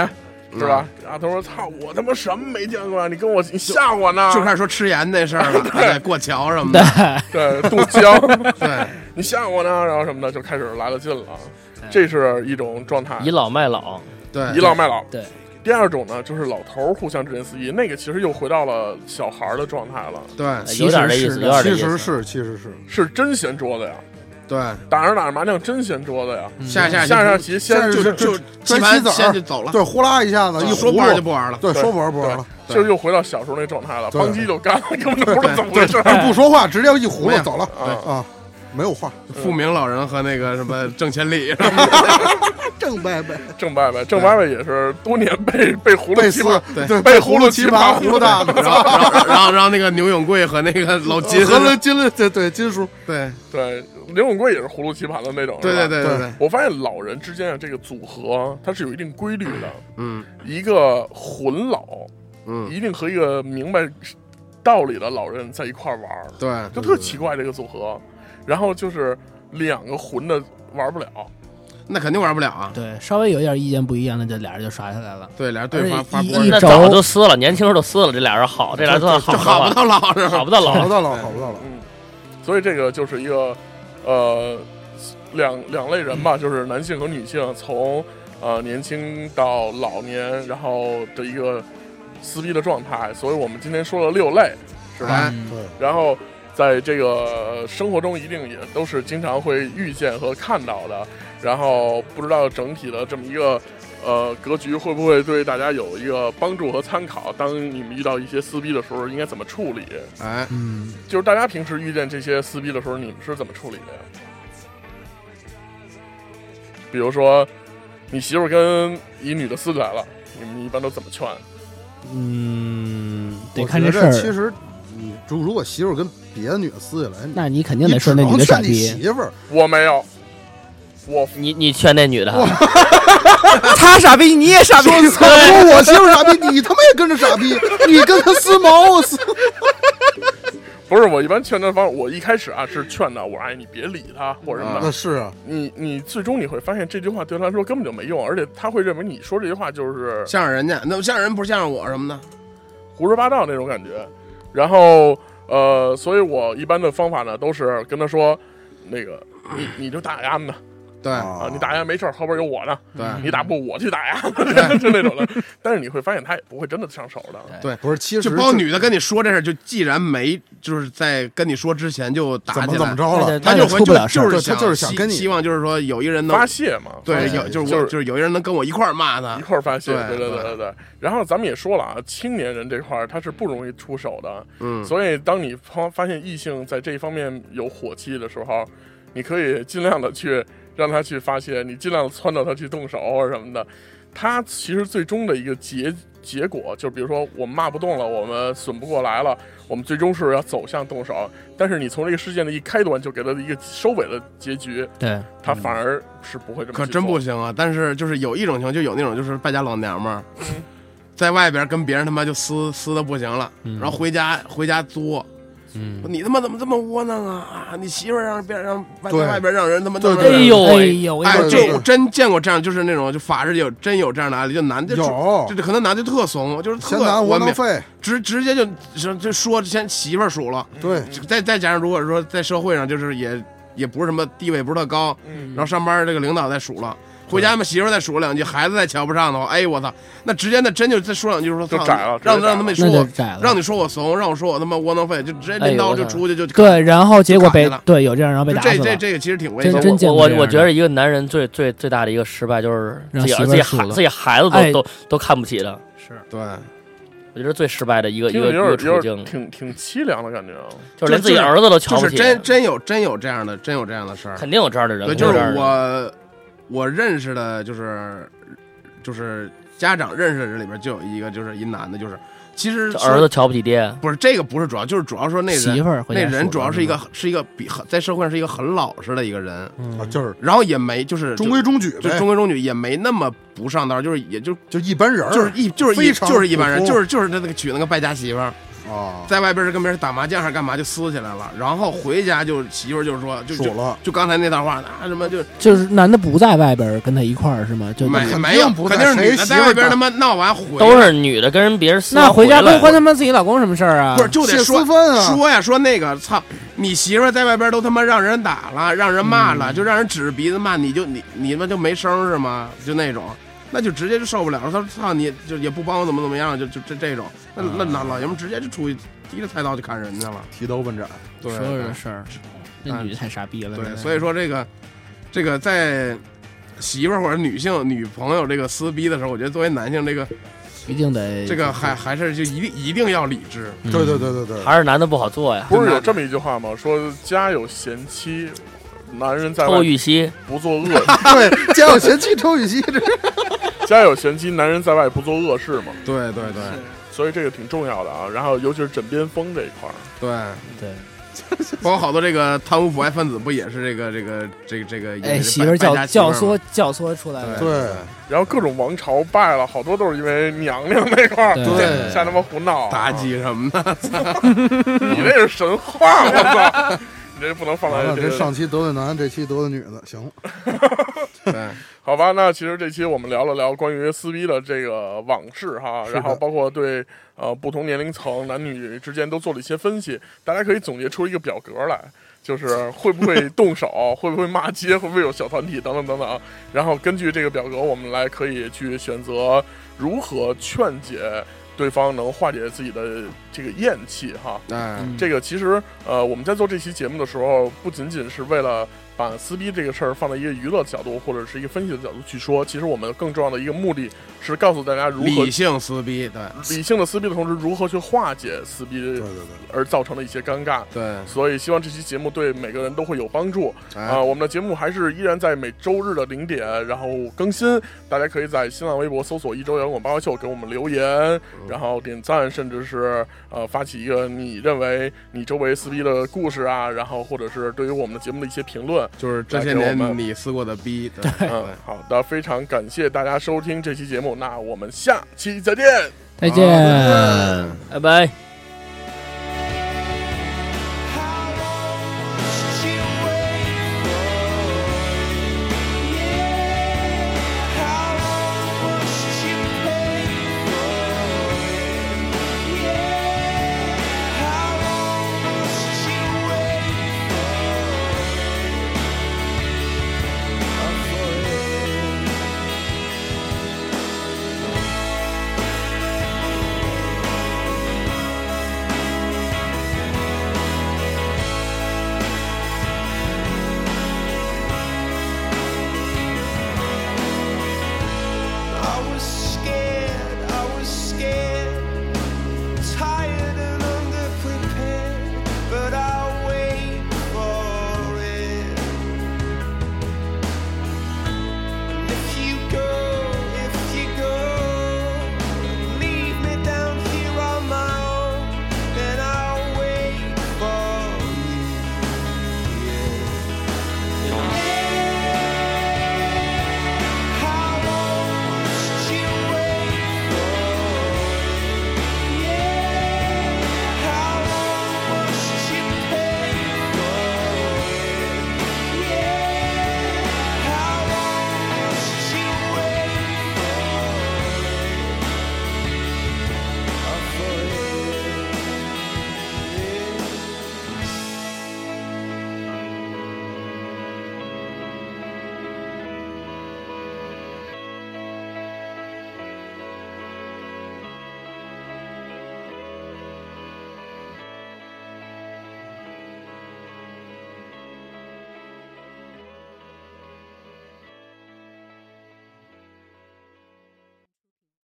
是吧？然后他说操我他妈什么没见过啊，你跟我你吓我呢，就开始说吃盐那事儿了，对，过桥什么对的，，对渡江。对，你吓我呢，然后什么的就开始来了劲了，这是一种状哎态，倚老卖老，对，倚老卖老。对对第二种呢，就是老头儿互相之间撕逼，那个其实又回到了小孩儿的状态了，对哎有点这意其实思，是有点这其意实思。是，其实是，是真掀桌子呀，对，打着打着麻将真掀桌子呀，嗯下下下下棋先下就就就就棋就盘就先就走了，对，呼啦一下子啊一说葫不玩就芦，不玩了，对，对说不玩不玩了，对就是又回到小时候那状态了，对邦基就干了，根本就不知道怎么回事儿。就不说话，直接一葫没有芦走了对啊，没有话，富明老人和那个什么郑 千里，正拜拜，郑伯伯，郑伯伯也是多年被被葫芦贝棋斯盘，对对，被被葫葫芦芦棋棋盘盘葫芦大 然的，后然后然后然后那个牛永贵和那个老金，和了金了，对对，金叔，对对，刘永贵也是葫芦棋盘的那种，对是吧对对对对，我发现老人之间的这个组合，它是有一定规律的。嗯一个混老，嗯，一定和一个明白道理的老人在一块儿玩儿，对，就特奇怪这个组合。然后就是两个混的玩不了，那肯定玩不了啊，对，稍微有一点意见不一样，那就俩人就耍起来 了。对，俩人对发发波，一那轴早就撕了，年轻时候都撕了，这俩人好，这俩人算就好好不了，到老实，好不到好老 不。到了，好不到了，嗯所以这个就是一个呃两两类人吧，就是男性和女性从呃年轻到老年，然后的一个撕逼的状态。所以我们今天说了六类，是吧？哎嗯然后在这个生活中一定也都是经常会遇见和看到的。然后不知道整体的这么一个呃格局会不会对大家有一个帮助和参考？当你们遇到一些撕逼的时候，应该怎么处理？哎，嗯，就是大家平时遇见这些撕逼的时候，你们是怎么处理的呀？比如说，你媳妇儿跟一女的撕起来了，你们一般都怎么劝？嗯，得我看觉这着事其儿。实你如如果媳妇儿跟别的女的撕起来，你那你肯定得你说只那能女的傻劝你逼，媳妇儿，我没有，我你你劝那女的，他傻逼，你也傻逼说， 操，说我媳妇儿傻逼，你他妈也跟着傻逼，你跟他撕毛撕，不是我一般劝她方，我一开始啊是劝的，我说哎你别理她或者什么的。那是啊，你你最终你会发现这句话对她来说根本就没用，而且她会认为你说这句话就是向着人家，那向着人不是向着我什么的，胡说八道那种感觉。然后呃，所以我一般的方法呢都是跟她说，那个你你就打压呢。对哦啊，你打压没事儿，后边有我呢，对你打不我去打压，就那种的。但是你会发现他也不会真的上手的，不是，其实就包括女的跟你说这事儿，就既然没就是在跟你说之前就打怎么起怎么来，着了，他就就会出不就了事儿就是对他就是想希跟你希望就是说有一人能发泄嘛，对发泄有就是就我是就是有一人能跟我一块儿骂他一，块儿发泄，对对对对对对。然后咱们也说了啊，青年人这块儿他是不容易出手的，嗯，所以当你发发现异性在这一方面有火气的时候，你可以尽量的去让他去发泄，你尽量撺掇他去动手或者什么的。他其实最终的一个结结果，就比如说我们骂不动了，我们损不过来了，我们最终是要走向动手。但是你从这个事件的一开端就给他一个收尾的结局，对，他反而是不会这么可去真做不行啊！但是就是有一种情况，就有那种就是败家老娘们儿，嗯在外边跟别人他妈就撕撕的不行了，嗯然后回家回家作，嗯，你他妈怎么这么窝囊啊？啊你媳妇儿让别人让外对在外边让人他妈对弄对着对呢哎呦哎喂，呦，哎，对就对我真见过这样，就是那种就法制有真有这样的案例，就男的就有就可能男的特怂，就是先特拿窝我囊废，直直接就就就说先媳妇儿数了，对，再再加上如果说在社会上就是也也不是什么地位不是特高，嗯然后上班这个领导再数了。回家嘛，媳妇儿再数两句，孩子再瞧不上的话，哎呦我操，那直接那真就再说两句说就操窄了直接窄让了让他们那说就我，窄了，让你说我怂，让我说我他妈窝囊废，就直接哎这呦刀我就操出去就对，然后结果被就砍下来对有这样，然后被就打这死这了，这个其实挺危真险的。真见我我过这样我的觉得一个男人最最最大的一个失败就是让自己媳妇儿儿自己输孩了自己孩子哎都都都看不起他，对，我觉得最失败的一个一听着个一有个点有处点境，挺挺凄凉的感觉啊。就是连自己就是儿子都瞧就不是起，真真有真有这样的，真有这样的事儿。肯定有这样的人，对，就是肯定有这样的人我我认识的，就是就是家长认识的人里边就有一个，就是一男的，就是其实这说儿子瞧不起爹，不是这个不是主要，就是主要说那媳人妇儿回家那人数主要了是一吗嗯个是一个比很在社会上是一个很老实的一个人，啊就是然后也没就是中规哎中矩就就呗，中规中矩，也没那么不上道，就是也就就一般人儿，就是一就是一哎非常就是一般人，普通就是就是那个娶那个败家媳妇儿，啊，在外边是跟别人打麻将还是干嘛就撕起来了，然后回家就媳妇儿就说就数就了，就刚才那段话，啊什么就就是男的不在外边儿跟他一块儿是吗？就没肯没有，定不肯在定是女谁的媳在妇外儿边大他妈闹完回都是女的跟人别人撕那完回家来跟关他妈自己老公什么事儿啊？不是就谢得说私分啊，说呀说那个操，你媳妇儿在外边都他妈让人打了，让人骂了，就让人指着鼻子骂，你就你你们就没声儿是吗？就那种，那就直接就受不了了。他说操你就也不帮我怎么怎么样，就就这这种，那那老老爷们直接就出去提着菜刀就砍人去了。提刀问斩，对说这事儿，那女的太傻逼了。对，所以说这个这个在媳妇儿或者女性女朋友这个撕逼的时候，我觉得作为男性这个一定得这个还还是就一定一定要理智。嗯对对对对对，还是男的不好做呀，不是有这么一句话吗？说家有贤妻，男人在外偷玉溪，不做恶 事，对，家有贤妻，丑有妻，这家有贤妻，男人在外不做恶事嘛。对对对所以这个挺重要的啊。然后尤其是枕边风这一块儿，对。对。 包括好多这个贪污腐败分子，不也是这个这个这个这个？哎，也是媳妇儿败败教家教媳妇儿唆教唆出来嘛了。对，然后各种王朝败了，好多都是因为娘娘那块儿对瞎 瞎他妈胡闹、啊妲，己什么的， 你那是神话，我操！ 你这不能放完在了，这这个上期得罪男，这期得罪女的，行，对，好吧，那其实这期我们聊了聊关于撕逼的这个往事哈，的然后包括对呃不同年龄层男女之间都做了一些分析，大家可以总结出一个表格来，就是会不会动手，会不会骂街，会不会有小团体等等等等。然后根据这个表格，我们来可以去选择如何劝解对方，能化解自己的这个厌气哈。哎，这个其实，呃，我们在做这期节目的时候，不仅仅是为了把撕逼这个事儿放在一个娱乐角度或者是一个分析的角度去说，其实我们更重要的一个目的是告诉大家如何理性撕逼，对理性的撕逼的同时，如何去化解撕逼对对对，而造成的一些尴尬。对，所以，希望这期节目对每个人都会有帮助啊、哎，我们的节目还是依然在每周日的零点然后更新，大家可以在新浪微博搜索“一周摇滚八卦秀”给我们留言，嗯然后点赞，甚至是呃发起一个你认为你周围撕逼的故事啊，然后或者是对于我们的节目的一些评论。就是这来些给我年们你撕过的逼，对，嗯，好的，非常感谢大家收听这期节目，那我们下期再见。再见。拜拜。